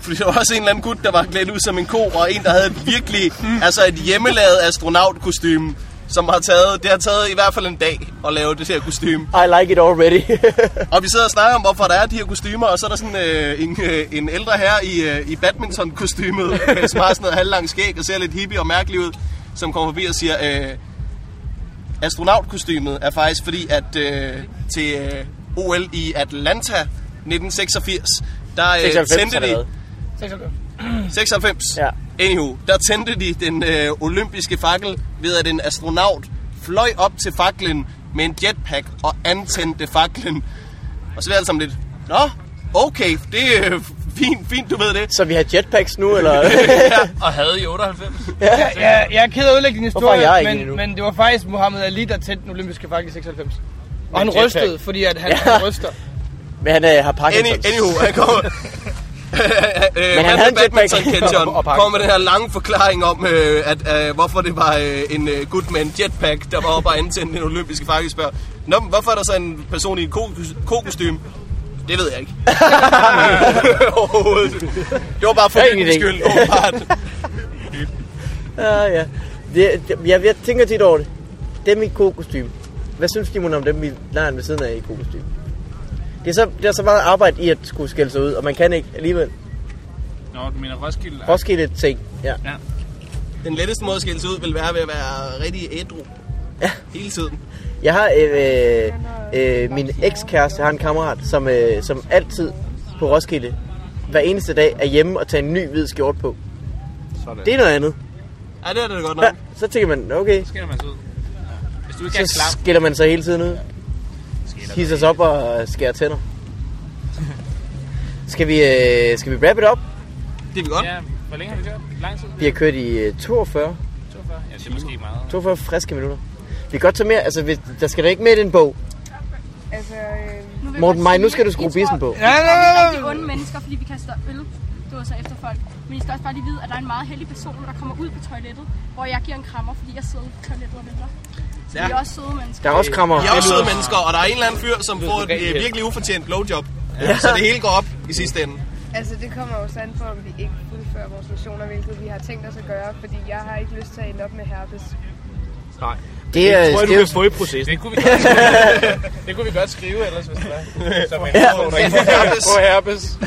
C: Fordi der var også en eller anden gut, der var klædt ud som en ko, og en, der havde et virkelig, altså et hjemmelavet astronautkostyme, som har taget, det har taget i hvert fald en dag at lave det her kostume.
A: I like it already.
C: Øh, Og vi sidder og snakker om, hvorfor der er de her kostymer, og så er der sådan øh, en, øh, en ældre herre i, øh, i badminton-kostymet, øh, som har sådan noget halvlangt skæg og ser lidt hippie og mærkelig ud, som kommer forbi og siger, øh, astronautkostymet er faktisk fordi, at øh, til øh, OL i Atlanta 1986, der øh,
A: 96
C: tændte
A: har det
C: de...
A: været.
C: 96.
A: Ja.
C: Anywho, der tændte de den øh, olympiske fakkel ved, at en astronaut fløj op til faklen med en jetpack og antændte faklen. Og så var jeg sammen lidt, nå, okay, det er øh, fint, fint, du ved det.
A: Så vi har jetpacks nu, eller?
F: Og havde i 98.
G: Jeg, jeg er ked af at ødelægge din
A: Hvorfor er
G: historie,
A: jeg ikke endnu?
G: men, men det var faktisk Muhammad Ali, der tændte den olympiske fakkel i 96. Og han rystede, fordi at han,
A: Ja.
G: han ryster.
A: Men han øh, har
C: Any,
A: Parkinson's.
C: anywho, han kommer... øh,
A: Men han havde en jetpack.
C: John, kom med den her lange forklaring om, øh, at, øh, hvorfor det var øh, en øh, gut med en jetpack, der var oppe og antændte den olympiske fakkel, spørger, Nå, men hvorfor er der så en person i en ko- kokostyme? Det ved jeg ikke. Overhovedet. det var bare for
A: Jeg har ingen
C: min
A: idé.
C: skyld, åbenbart.
A: Ja, ja. Det, det, jeg, jeg tænker tit over det. Dem i kokostyme. Hvad synes Simon om dem i lejren ved siden af i kokostyme? Det er, så, det er så meget arbejde i at skulle skælde sig ud, og man kan ikke alligevel.
E: Nå, du mener Roskilde?
A: Roskilde ting, ja.
E: Ja.
C: Den letteste måde at skille sig ud vil være ved at være rigtig ædru. Ja. Hele tiden.
A: Jeg har øh, øh, øh, min ekskæreste har en kammerat, som, øh, som altid på Roskilde, hver eneste dag er hjemme og tager en ny hvid skjorte på.
D: Sådan.
A: Det er noget andet.
C: Ja, det er det godt nok.
A: Ja, så tænker man, okay,
E: Skinner man sig ud. Hvis du ikke er
A: så
E: klam,
A: skiller man sig hele tiden ud. Hisser sig op og skærer tænder. Skal vi, øh, skal vi wrap it up?
C: Det er vi godt.
E: ja, hvor længe har vi kørt? Lang tid?
A: Vi har kørt i øh, 42,
E: 42? Ja, det er måske meget.
A: 42 friske minutter. Vi kan godt tage mere, altså hvis- der skal da ikke mere i den bog.
I: Altså, øh,
A: Morten Maj, nu skal du skrue bissen på.
G: Ja, ja, ja, ja.
J: Vi er onde mennesker, fordi vi kaster øl du så efter folk. Men I skal også bare lige vide, at der er en meget heldig person, der kommer ud på toilettet, hvor jeg giver en krammer, fordi jeg sidder på toilettet og venter. Så
C: Ja.
J: ja. vi er også søde mennesker.
A: Der er også krammer.
C: Vi er også søde mennesker, og der er en eller anden fyr, som får et øh, virkelig ufortjent blowjob. Ja. Så det hele går op i sidste ende.
I: altså det kommer jo sådan på, om vi ikke udfører vores missioner, hvilket vi har tænkt os at gøre, fordi jeg har ikke lyst til at ende op med herpes.
F: Nej.
A: Det er,
F: Jeg tror, jeg, du
A: det er jo
F: kan få i processen.
E: Det kunne vi godt skrive, det kunne vi godt skrive ellers, hvis det var. Som en udfordring.
C: Herpes.
E: På herpes.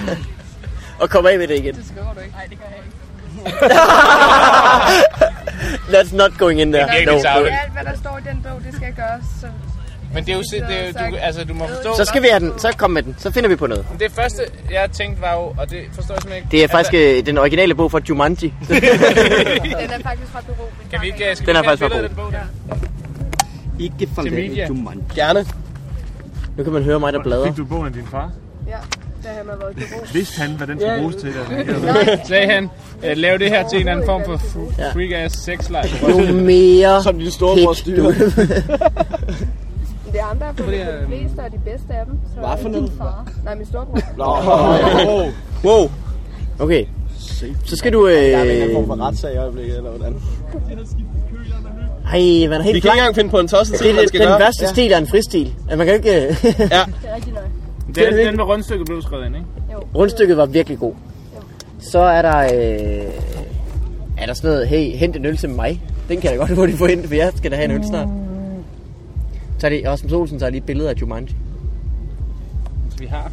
A: at komme af med det igen.
I: Det skriver du ikke. Nej, det gør jeg ikke.
A: That's not going in there.
E: virkelig
A: No.
E: savligt.
I: Alt, hvad der står i den bog, det skal gøres, så
E: Men det er jo sind- det er, jo- du, altså, du må forstå...
A: Så skal vi have den. Så kom med den. Så finder vi på noget.
E: Det første, jeg tænkte var jo, og det forstår jeg simpelthen ikke... Altså,
A: Det er faktisk øh, den originale bog fra Jumanji.
I: den er faktisk fra Peru. min
E: Kan vi
I: far
E: ikke...
I: har.
A: Den er
E: øh, Skal vi ikke have
A: faktisk
E: billeder af
A: ret
E: den bog der?
D: Ikke for
E: Til media.
C: Gerne.
A: Nu kan man høre mig, der bladrer.
K: Fik du bogen af din far?
I: Ja, da han har været i Peru.
K: Vidste han, hvad den skulle bruges til? Der?
E: Sagde han, øh, lav det her til en anden form for freak-ass sexlejr.
A: Jo mere
D: Som din storebror
A: pik,
D: styrer.
A: du
I: Det er andre, der har fundet
E: Fordi,
I: på de fleste og de bedste af dem. Så
D: Hvad for noget?
I: Nej, min storebror.
D: Nå, wow. wow.
A: Okay. Så skal du... Øh...
H: Der er en eller anden form
A: Ej,
H: for retssag i øjeblikket, eller hvordan?
A: man er
C: Vi
A: helt
C: kan ikke
A: blank.
C: engang finde på en tosset
A: Det
C: til,
A: er
C: hvad man
A: det-
C: skal
A: den
C: gøre.
A: værste stil af en fristil. At man kan ikke... øh,
J: Det er rigtig nok.
E: Det er den med rundstykket blev skrevet ind, ikke?
A: Rundstykket var virkelig god. Så er der... Øh... Er der sådan noget, hey, hent en øl til mig? Den kan jeg da godt hurtigt få hentet, for jeg skal da have en øl snart. Så er det Rasmus Olsen, tager lige et billede af Jumanji.
E: Vi har.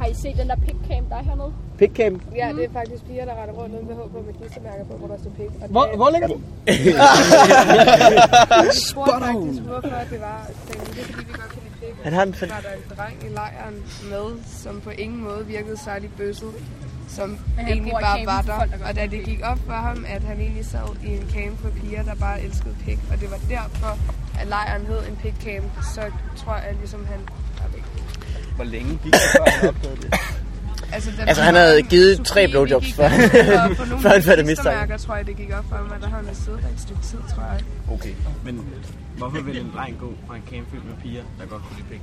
J: Har I set den der pickcam, der er hernede?
A: Pickcam.
I: Ja, det er faktisk piger, der retter rundt uden BH på med klistermærker på, hvor der står pik. Og
G: Hvor,
I: det-
G: hvor ligger den?
I: Jeg spurgte faktisk, hvorfor det var. tænkte, Det er fordi, vi godt kan lide pik.
A: Han har en
I: Så var der en dreng i lejren med, som på ingen måde virkede særlig bøsset. Som
J: han
I: egentlig
J: bor i
I: bare
J: campen
I: var
J: for folk, der
I: der.
J: godt
I: Og da
J: kan
I: det
J: lide
I: gik op for ham, at han egentlig sad i en camp for piger, der bare elskede pik. Og det var derfor, at lejren hed en pik camp. Så tror jeg ligesom han...
D: Hvor længe gik det, før han opdagede det?
I: Altså, da
A: Altså,
I: vi
A: han
I: var
A: havde
I: en
A: givet
I: Sofie,
A: tre
I: vi gik
A: blowjobs,
I: der
A: før-
I: udenfor på nogle
A: før han fattede
I: klistermærker, tror jeg, det gik op for ham, at der har han siddet der et stykke tid, tror jeg.
D: Okay.
H: Men hvorfor vil en dreng gå fra en camp fyldt med piger, der godt kunne lide pik?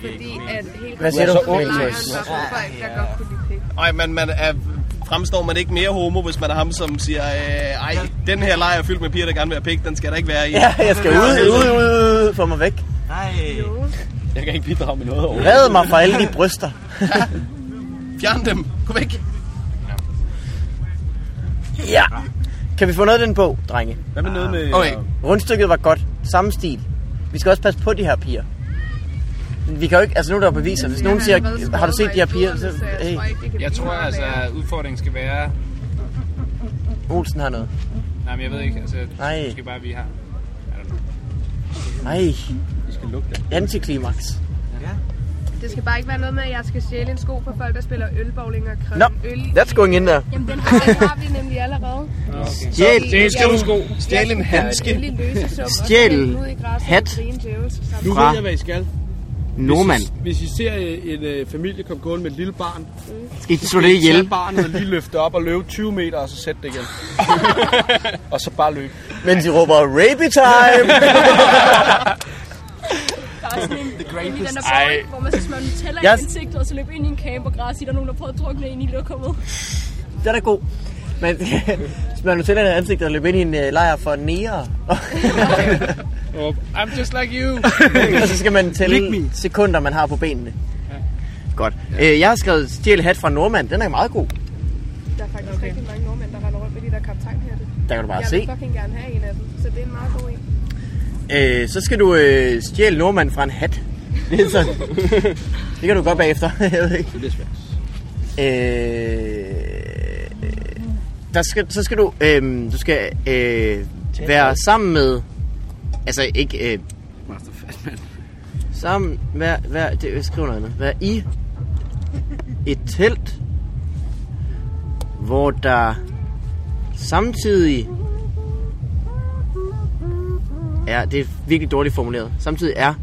I: Fordi at hele
A: Hvad siger du?
I: konceptet
A: Okay.
I: med lejren var for folk, der godt kunne lide pik.
C: Ej, man, man er, fremstår man ikke mere homo, hvis man er ham, som siger, øh, ej, den her lejr er fyldt med piger, der gerne vil have pik, den skal der ikke være i.
A: Ja, jeg skal ud, ud, ud, ud, få mig væk.
H: Nej.
D: Jeg kan ikke bidrage med noget over.
A: Red mig fra alle de bryster.
C: Fjern dem. Gå væk.
A: Ja. Kan vi få noget af den bog, drenge?
D: Hvad med noget med... øh,
C: Okay.
A: Rundstykket var godt. Samme stil. Vi skal også passe på de her piger. Vi kan jo ikke, altså nu er der jo beviser. Hvis nogen siger, har du set de her piger? Så, hey,
E: Jeg tror altså, at udfordringen skal være...
A: Olsen har noget.
E: Nej, men jeg ved ikke, altså...
A: Nej.
E: Måske bare, vi har...
A: Nej. Vi skal lugte. Antiklimaks.
I: Det skal bare ikke være noget med, at jeg skal stjæle en sko fra folk, der spiller ølbowling og kræve
A: Nå,
I: øl.
A: that's going in there.
J: Jamen, den har
I: Det har vi nemlig allerede.
A: Stjæl.
E: Det skal du sko.
C: Stjæl en handske.
I: Øl i løsesum og
A: Stjæl
I: smide den ud i græsset
A: hat.
I: og grine djævelsk sammen.
D: Nu
A: Fra-
D: ved jeg, hvad I skal.
A: Norman.
D: Hvis I, hvis I ser øh, en øh, familie komme gående med et lille barn,
A: I slå det ihjel.
D: Tag barnet og lige løfte op og løbe 20 meter, og så sætte det igen. og så bare løbe.
A: Mens I råber, rape time.
J: Der er sådan en, nemlig den der bold, hvor man skal smøre Nutella i
A: Jeg-
J: ansigtet, og så løbe ind i en campergræs, i der er nogen, der prøver at drukne ind i lokummet.
A: Den er god. Men smør nu til den ansigt og løb ind i en øh, lejr for nære.
E: I'm just like you.
A: og så skal man tælle sekunder, man har på benene. Godt. Øh, jeg har skrevet Stjæl hat fra Nordmand. Den er meget god.
I: Der er faktisk rigtig mange nordmænd, der render rundt med de der kaptajnhatte.
A: Der kan du bare
I: Jeg
A: se.
I: vil fucking gerne have en af dem, så det er en meget god en.
A: Øh, så skal du øh, stjæle Nordmand fra en hat. Det er sådan. Det kan du godt bagefter. Jeg ved ikke.
D: Det bliver svært.
A: Øh, der skal, så skal du, øh, du skal øh, være sammen med, altså ikke, øh,
D: Master Fatman.
A: sammen, vær, vær, det, jeg skriver noget andet, vær i et telt, hvor der samtidig er, det er virkelig dårligt formuleret, samtidig er,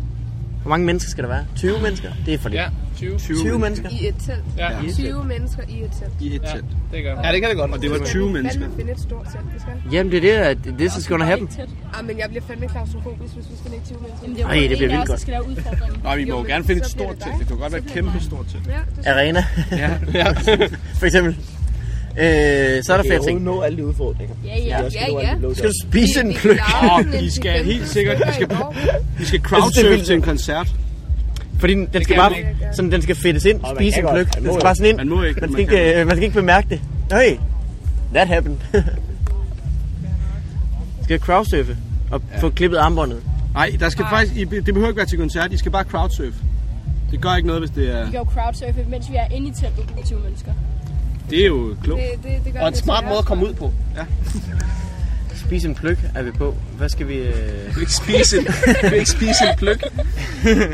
A: hvor mange mennesker skal der være? 20 mennesker? Det er for lidt.
E: Ja, 20.
A: 20, 20 mennesker.
I: I et telt.
A: Ja. I et
I: 20 mennesker i et telt.
D: I et telt.
E: Ja, det gør
D: Ja, det kan det godt. Og det var 20
I: Hvad
D: mennesker.
I: man finde et stort telt, det skal.
A: Jamen det er det, at det, det skal skulle have dem.
I: Ah, men jeg bliver fandme klaustrofobisk, hvis vi skal lægge 20
A: jo
I: mennesker.
A: Ej, det en bliver af vildt os, der godt.
J: skal lave udfordringen.
D: Nej, vi må
I: Jo,
D: jo
I: men
D: gerne finde et
I: så bliver
D: stort
I: det
D: telt.
I: dig.
D: Det kunne godt være et
I: Så
D: kæmpe stort telt.
I: Ja, det
A: Arena.
D: Ja, ja.
A: For eksempel. Øh, så er der flere ting.
L: nå alle de udfordringer.
I: Ja, ja.
L: også
I: Ja,
L: leve
I: ja.
L: af en blowjob.
A: Skal du spise en pløk?
D: Åh, I skal helt sikkert, I skal, I skal
A: det er
D: crowdsurfe
A: vildt.
D: til en koncert.
A: Fordi den, den skal
D: kan
A: bare,
D: man ikke.
A: sådan, den skal fedtes ind,
D: man
A: spise
D: kan
A: en
D: godt.
A: pløk.
D: Man
A: Den
D: må
A: skal
D: jo.
A: bare sådan ind.
D: Man må ikke,
A: man
D: men
A: skal,
D: man
A: ikke,
D: kan.
A: øh, man skal ikke bemærke det. Hey, that happened. skal crowdsurfe og få klippet armbåndet.
D: Nej, der skal faktisk, I, det behøver ikke være til koncert, I skal bare crowdsurfe. Det gør ikke noget, hvis det er...
J: Vi kan jo crowdsurfe, mens vi er inde i teltet med 20 mennesker.
D: Det er jo klogt.
I: Det, det, det gør
C: Og en
I: det
C: smart
I: sværere.
C: måde at komme ud på.
D: Ja.
A: Spise en pløk er vi på. Hvad skal vi... Øh...
C: Du vil ikke spise en, du vil ikke spise en pløk.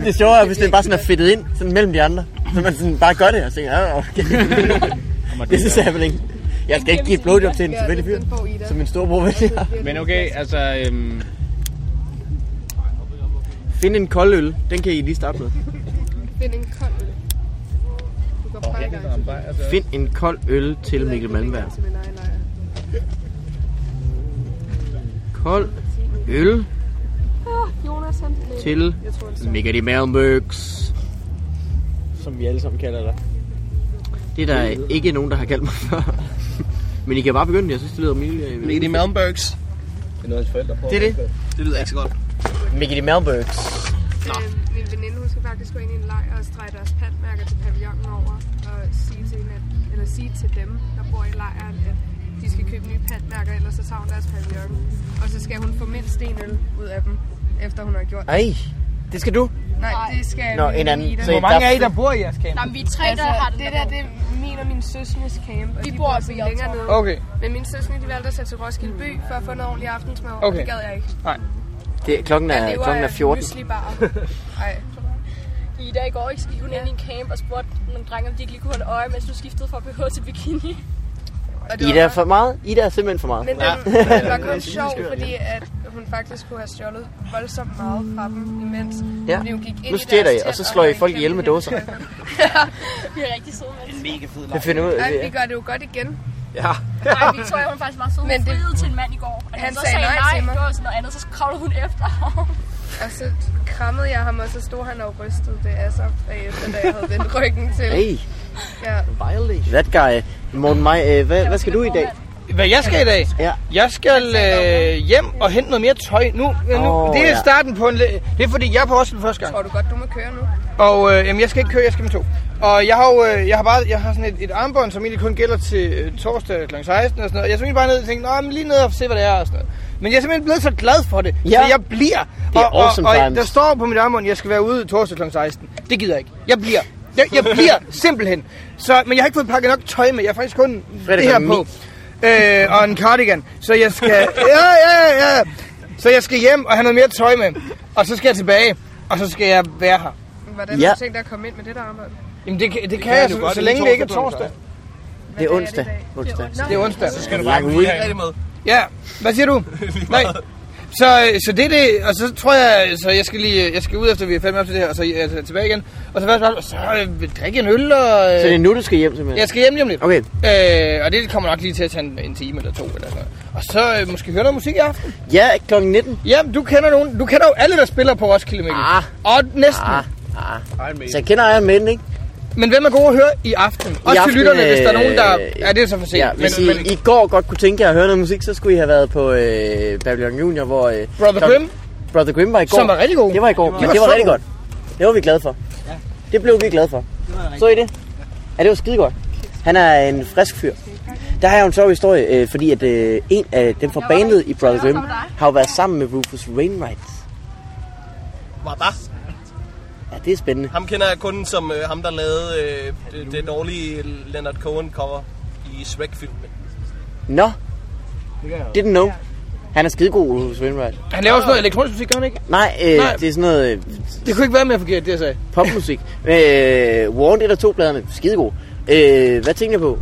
A: Det sjove er, hvis det bare sådan er fedtet ind sådan mellem de andre. Så man sådan bare gør det og tænker, ja, okay. det synes jeg vel ikke. Jeg skal ikke give et blowjob til en tilfældig fyr, som min storebror vil.
E: Men okay, altså... Øhm,
A: Find en kold øl. Den kan I lige starte med.
I: Find en kold øl. Du går bare i gang.
A: Find en kold øl til Mikkel Malmberg.
I: Til min egen lejr.
A: Kold øl
I: Ah, Jonas han.
A: til
I: Jeg tror, det er
A: Mikkel i Malmbergs.
L: Som vi alle sammen kalder dig.
A: Det er der ikke nogen, der har kaldt mig før. Men I kan bare begynde. Jeg synes, det lyder Mikkel.
C: Lady Malmbergs.
L: Det er noget, hans forældre prøver.
A: Det er det.
C: Det lyder ikke så godt.
A: Mikkel i Malmbergs.
I: Øh, min veninde, hun skal faktisk gå ind i en lejr og strege deres pandmærker til pavillonen over og sige til, hende, at, eller sige til dem, der bor i lejren, at de skal købe nye pandmærker, ellers så tager hun deres pavillon. Og så skal hun få mindst en øl ud af dem, efter hun har gjort det.
A: Ej, det skal du.
I: Nej, det skal
A: Nå,
I: min
A: en anden.
I: Ida.
A: Så
G: Hvor mange
A: der-
G: af I, der bor i jeres camp?
J: Nå, men vi er tre,
I: Altså,
J: der har den
I: det der, det er min og min søskendes camp, og
J: Vi
I: de
J: bor
I: bor
J: oppe i
I: sådan længere nede.
J: Hjortshøj.
G: Okay.
I: Men mine søskende, de valgte at tage til Roskilde by for at få noget ordentlig aftensmad, og
G: Okay.
I: det gad jeg ikke.
A: Det, klokken,
I: Jeg
A: er,
I: lever
A: klokken er
I: af
A: 14.
I: müslibarer. Ej.
J: Ida i går ikke gik hun ind i en camp og spurgte nogle drenge, om de ikke lige kunne holde øje, mens du skiftede fra BH til bikini.
I: Og det var
A: Ida er
I: meget-
A: for meget. Ida er simpelthen for meget.
I: Men den, den var kun sjov, fordi at hun faktisk kunne have stjålet voldsomt meget fra dem imens.
A: Ja.
I: Fordi hun gik ind
A: Nu
I: i
A: stjæler
I: deres
A: I, og så
I: telt,
A: slår I
I: havde en
A: folk ihjel med
I: kæmpe
A: dåser.
I: kæmpe-
J: Vi er rigtig søde med det. Mega fed
A: Jeg finder ud af
I: Ej, vi
A: det.
I: gør det jo godt igen.
A: Ja.
J: Nej, Victoria, hun er faktisk meget sød.
I: Men
J: Hun
I: det-
J: friede til en mand i går. Og da
I: Han
J: så
I: sagde nej til mig.
J: Det var sådan noget andet, så kravlede hun efter ham.
I: Og så krammede jeg ham, og så stod han og rystede det af sig bagefter, da jeg havde vendt ryggen til.
A: Hey,
I: Ja.
A: that guy. Morten Maj, øh, hvad, hvad skal du i dag?
G: Hvad jeg skal i dag?
A: Ja.
G: Jeg skal øh, hjem og hente noget mere tøj nu. nu
A: Åh,
G: det er
A: ja.
G: starten på en... læ- Det er fordi, jeg er på Roskilde første gang.
I: Tror du godt, du må køre nu?
G: Og øh, jamen, jeg skal ikke køre, jeg skal med to. Og jeg har jo øh, jeg har bare, jeg har sådan et, et armbånd, som egentlig kun gælder til øh, torsdag kl. 16 og sådan noget. Jeg er simpelthen bare nede og tænke, nå, men lige ned og se, hvad det er og sådan noget. Men jeg er simpelthen blevet så glad for det,
A: Ja.
G: så jeg bliver.
A: Det er
G: og,
A: awesome
G: og, og
A: times.
G: der står på mit armbånd, jeg skal være ude torsdag kl. 16. Det gider jeg ikke. Jeg bliver. Jeg, jeg bliver simpelthen. Så, men jeg har ikke fået pakket nok tøj med. Jeg har faktisk kun
A: Fredag
G: det her
A: kl.
G: på. Øh, og en cardigan. Så jeg skal... Ja, ja, ja. Så jeg skal hjem og have noget mere tøj med. Og så skal jeg tilbage. Og så skal jeg være her.
I: Hvordan
A: Ja.
I: har du tænkt dig at komme ind med det der arbejde?
G: Jamen det, kan- det, det kan jeg,
D: du
G: så,
D: godt.
G: så
D: Det er
G: længe det ikke er
D: torsdag,
G: onsdag.
A: Det er
I: dag er det
A: onsdag.
I: i dag?
A: Onsdag.
G: Det er onsdag.
C: Skal du bare
A: ud.
C: rigtig med?
G: Ja, hvad siger du? Nej. Så, øh, så det er det, og så tror jeg, så jeg skal lige, jeg skal ud efter vi er fandme op til det her, og så er jeg tilbage igen. Og så først bare, så øh, drikke en øl, og
A: Så det er
G: øh,
A: nu, du skal hjem simpelthen?
G: jeg skal hjem lige om lidt.
A: Okay.
G: Øh, og det kommer nok lige til at tage en, en time eller to eller sådan noget. Og så øh, måske høre noget musik i aften.
A: Ja, klokken 19.
G: Jamen, du kender nogen, du kender jo alle, der spiller på Roskilde, Mikkel.
A: Ah.
G: Og næsten.
A: Ah, ah. Så jeg kender Iron Maiden, ikke?
G: Men hvem er god at høre i aften? Også
A: aften,
G: til lytterne, hvis der er nogen, der...
A: øh,
G: Ja, det er så for sent.
A: Ja, hvis I i går godt kunne tænke jer at høre noget musik, så skulle I have været på øh, Babylon Junior, hvor... Øh,
G: Brother
A: klok-
G: Grimm,
A: Brother Grimm var i går.
G: som var rigtig god.
A: Det var i går, men
G: var
A: det var
G: så
A: rigtig
G: god.
A: godt. Det var vi glade for. Det blev vi glade for. Så I det? Ja, det var skide godt. Han er en frisk fyr. Der har jeg jo en sjov historie, øh, fordi at øh, en af dem fra bandet i Brother Grimm har jo været sammen med Rufus Wainwright.
C: Hvad da?
A: Ja, det er spændende.
C: Ham kender jeg kun som øh, ham, der lavede øh, det, det dårlige Leonard Cohen cover i Shrek-filmen.
A: Nå, didn't know. Han er skidegod, Rufus Wainwright.
G: Han laver også noget elektronisk musik, gør han ikke?
A: Nej, øh,
G: Nej.
A: det er sådan noget... Øh,
G: Det kunne ikke være mere forkert, det jeg sagde.
A: popmusik. øh, Warren 1 og 2 pladerne, skidegod. Øh, hvad tænker jeg på?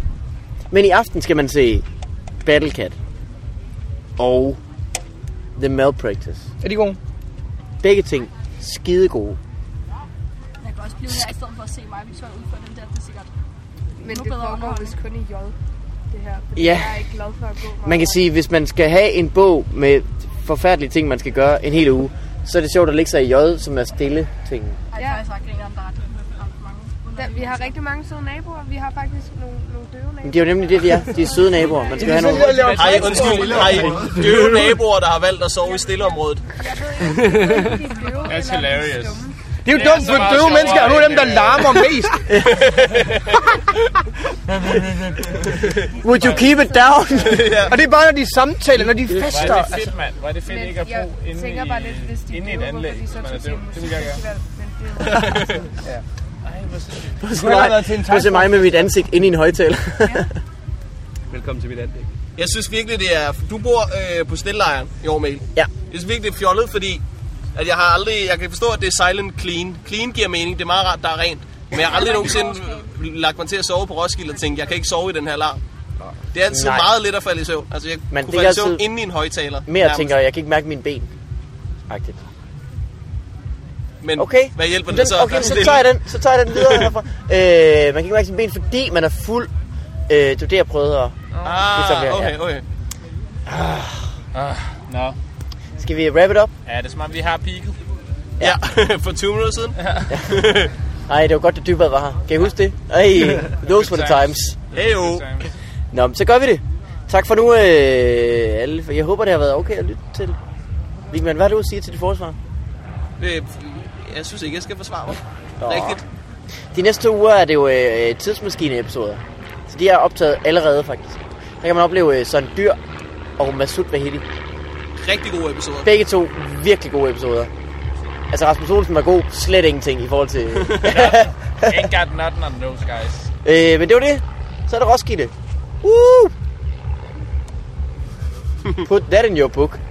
A: Men i aften skal man se Battle Cat og The Malpractice.
G: Er de gode?
A: Begge ting skidegode.
J: Jeg kan også blive her i stedet for at se mig, hvis jeg udfører den der, det er sikkert.
I: Men det foregår vist kun i J, det her. fordi
A: Ja.
I: Jeg er ikke glad for at gå meget.
A: Man kan sige, hvis man skal have en bog med forfærdelige ting, man skal gøre en hel uge, så er det sjovt at lægge sig i J, som er stille ting.
J: Ej, ja. faktisk ikke engang, der er ret mange.
I: Der, vi har rigtig mange søde naboer. Vi har faktisk nogle, nogle døve naboer.
A: Men det er jo nemlig det, de er. De er søde naboer. Man skal have nogle...
C: Ej, undskyld. Ej, døve naboer, der har valgt at sove i stilleområdet.
E: That's hilarious.
G: Det er jo dumt, for døve mennesker er nu dem, der larmer mest.
A: Would you keep it down?
G: Og det er bare, når de samtaler, når de fester.
E: Var det
G: altså.
E: fedt, mand? Var det fedt
I: Men
E: ikke at
I: jeg
E: bo inde
I: tænker
E: i,
I: bare lidt, hvis de
E: inde i
I: er
E: et
I: døve, hvorfor
E: anlæg,
I: de så
E: hvis man er
I: tog til
E: døv? Det vil jeg
I: musikfestival,
E: gøre.
I: Ja.
E: Ej, hvor sindssygt.
A: Prøv at se mig- prøv at se mig med mit ansigt inde i en højtaler.
D: Velkommen til mit andet.
C: Jeg synes virkelig, det er... Du bor øh, på stillejren i Aarhus.
A: Ja.
C: Jeg synes virkelig, det er fjollet, fordi at jeg har aldrig... Jeg kan forstå, at det er silent clean. Clean giver mening. Det er meget rart, der er rent. Men jeg har aldrig nogensinde lagt mig til at sove på Roskilde og tænkt, jeg kan ikke sove i den her larm. Det er altid
A: Nej.
C: Nej. meget let at falde i søvn. Altså, jeg
A: Man
C: Man kunne
A: ligger
C: falde i søvn
A: altid
C: inde i en højtaler.
A: Mere
C: nærmest.
A: tænker, jeg jeg kan ikke mærke mine ben. Agtigt.
C: Men
A: Okay.
C: hvad hjælper
A: den,
C: det så?
A: Okay, så tager jeg den, så tager jeg den videre herfra. øh, man kan ikke mærke sine ben, fordi man er fuld. Øh, det er det, jeg prøvede at
C: Ah,
A: etablere, ja.
C: okay, okay.
E: Ah, Nå.
A: Skal vi wrap it up?
E: Ja, det er som om, vi har peaked.
C: Ja, for 20 minutter siden.
A: Nej, det var godt, det dybere var her. Kan I huske det? Ej, those were the times.
C: Hey, jo.
A: Nå, men så gør vi det. Tak for nu, øh, alle. Jeg håber, det har været okay at lytte til. Vigman, hvad har du at sige til dit forsvar?
C: Øh, Jeg synes ikke, jeg skal forsvare mig.
A: Nå.
C: Rigtigt.
A: De næste to uger er det jo øh, tidsmaskine-episoder. Så de er optaget allerede, faktisk. Der kan man opleve øh, sådan dyr og Masud Vahedi.
C: Rigtig gode episoder.
A: Begge to virkelig gode episoder. Altså Rasmus Olsen var god, slet ingenting i forhold til...
E: Ain't got nothing on those guys.
A: øh, men det var det. Så er det Roskilde. Woo! Put that in your book.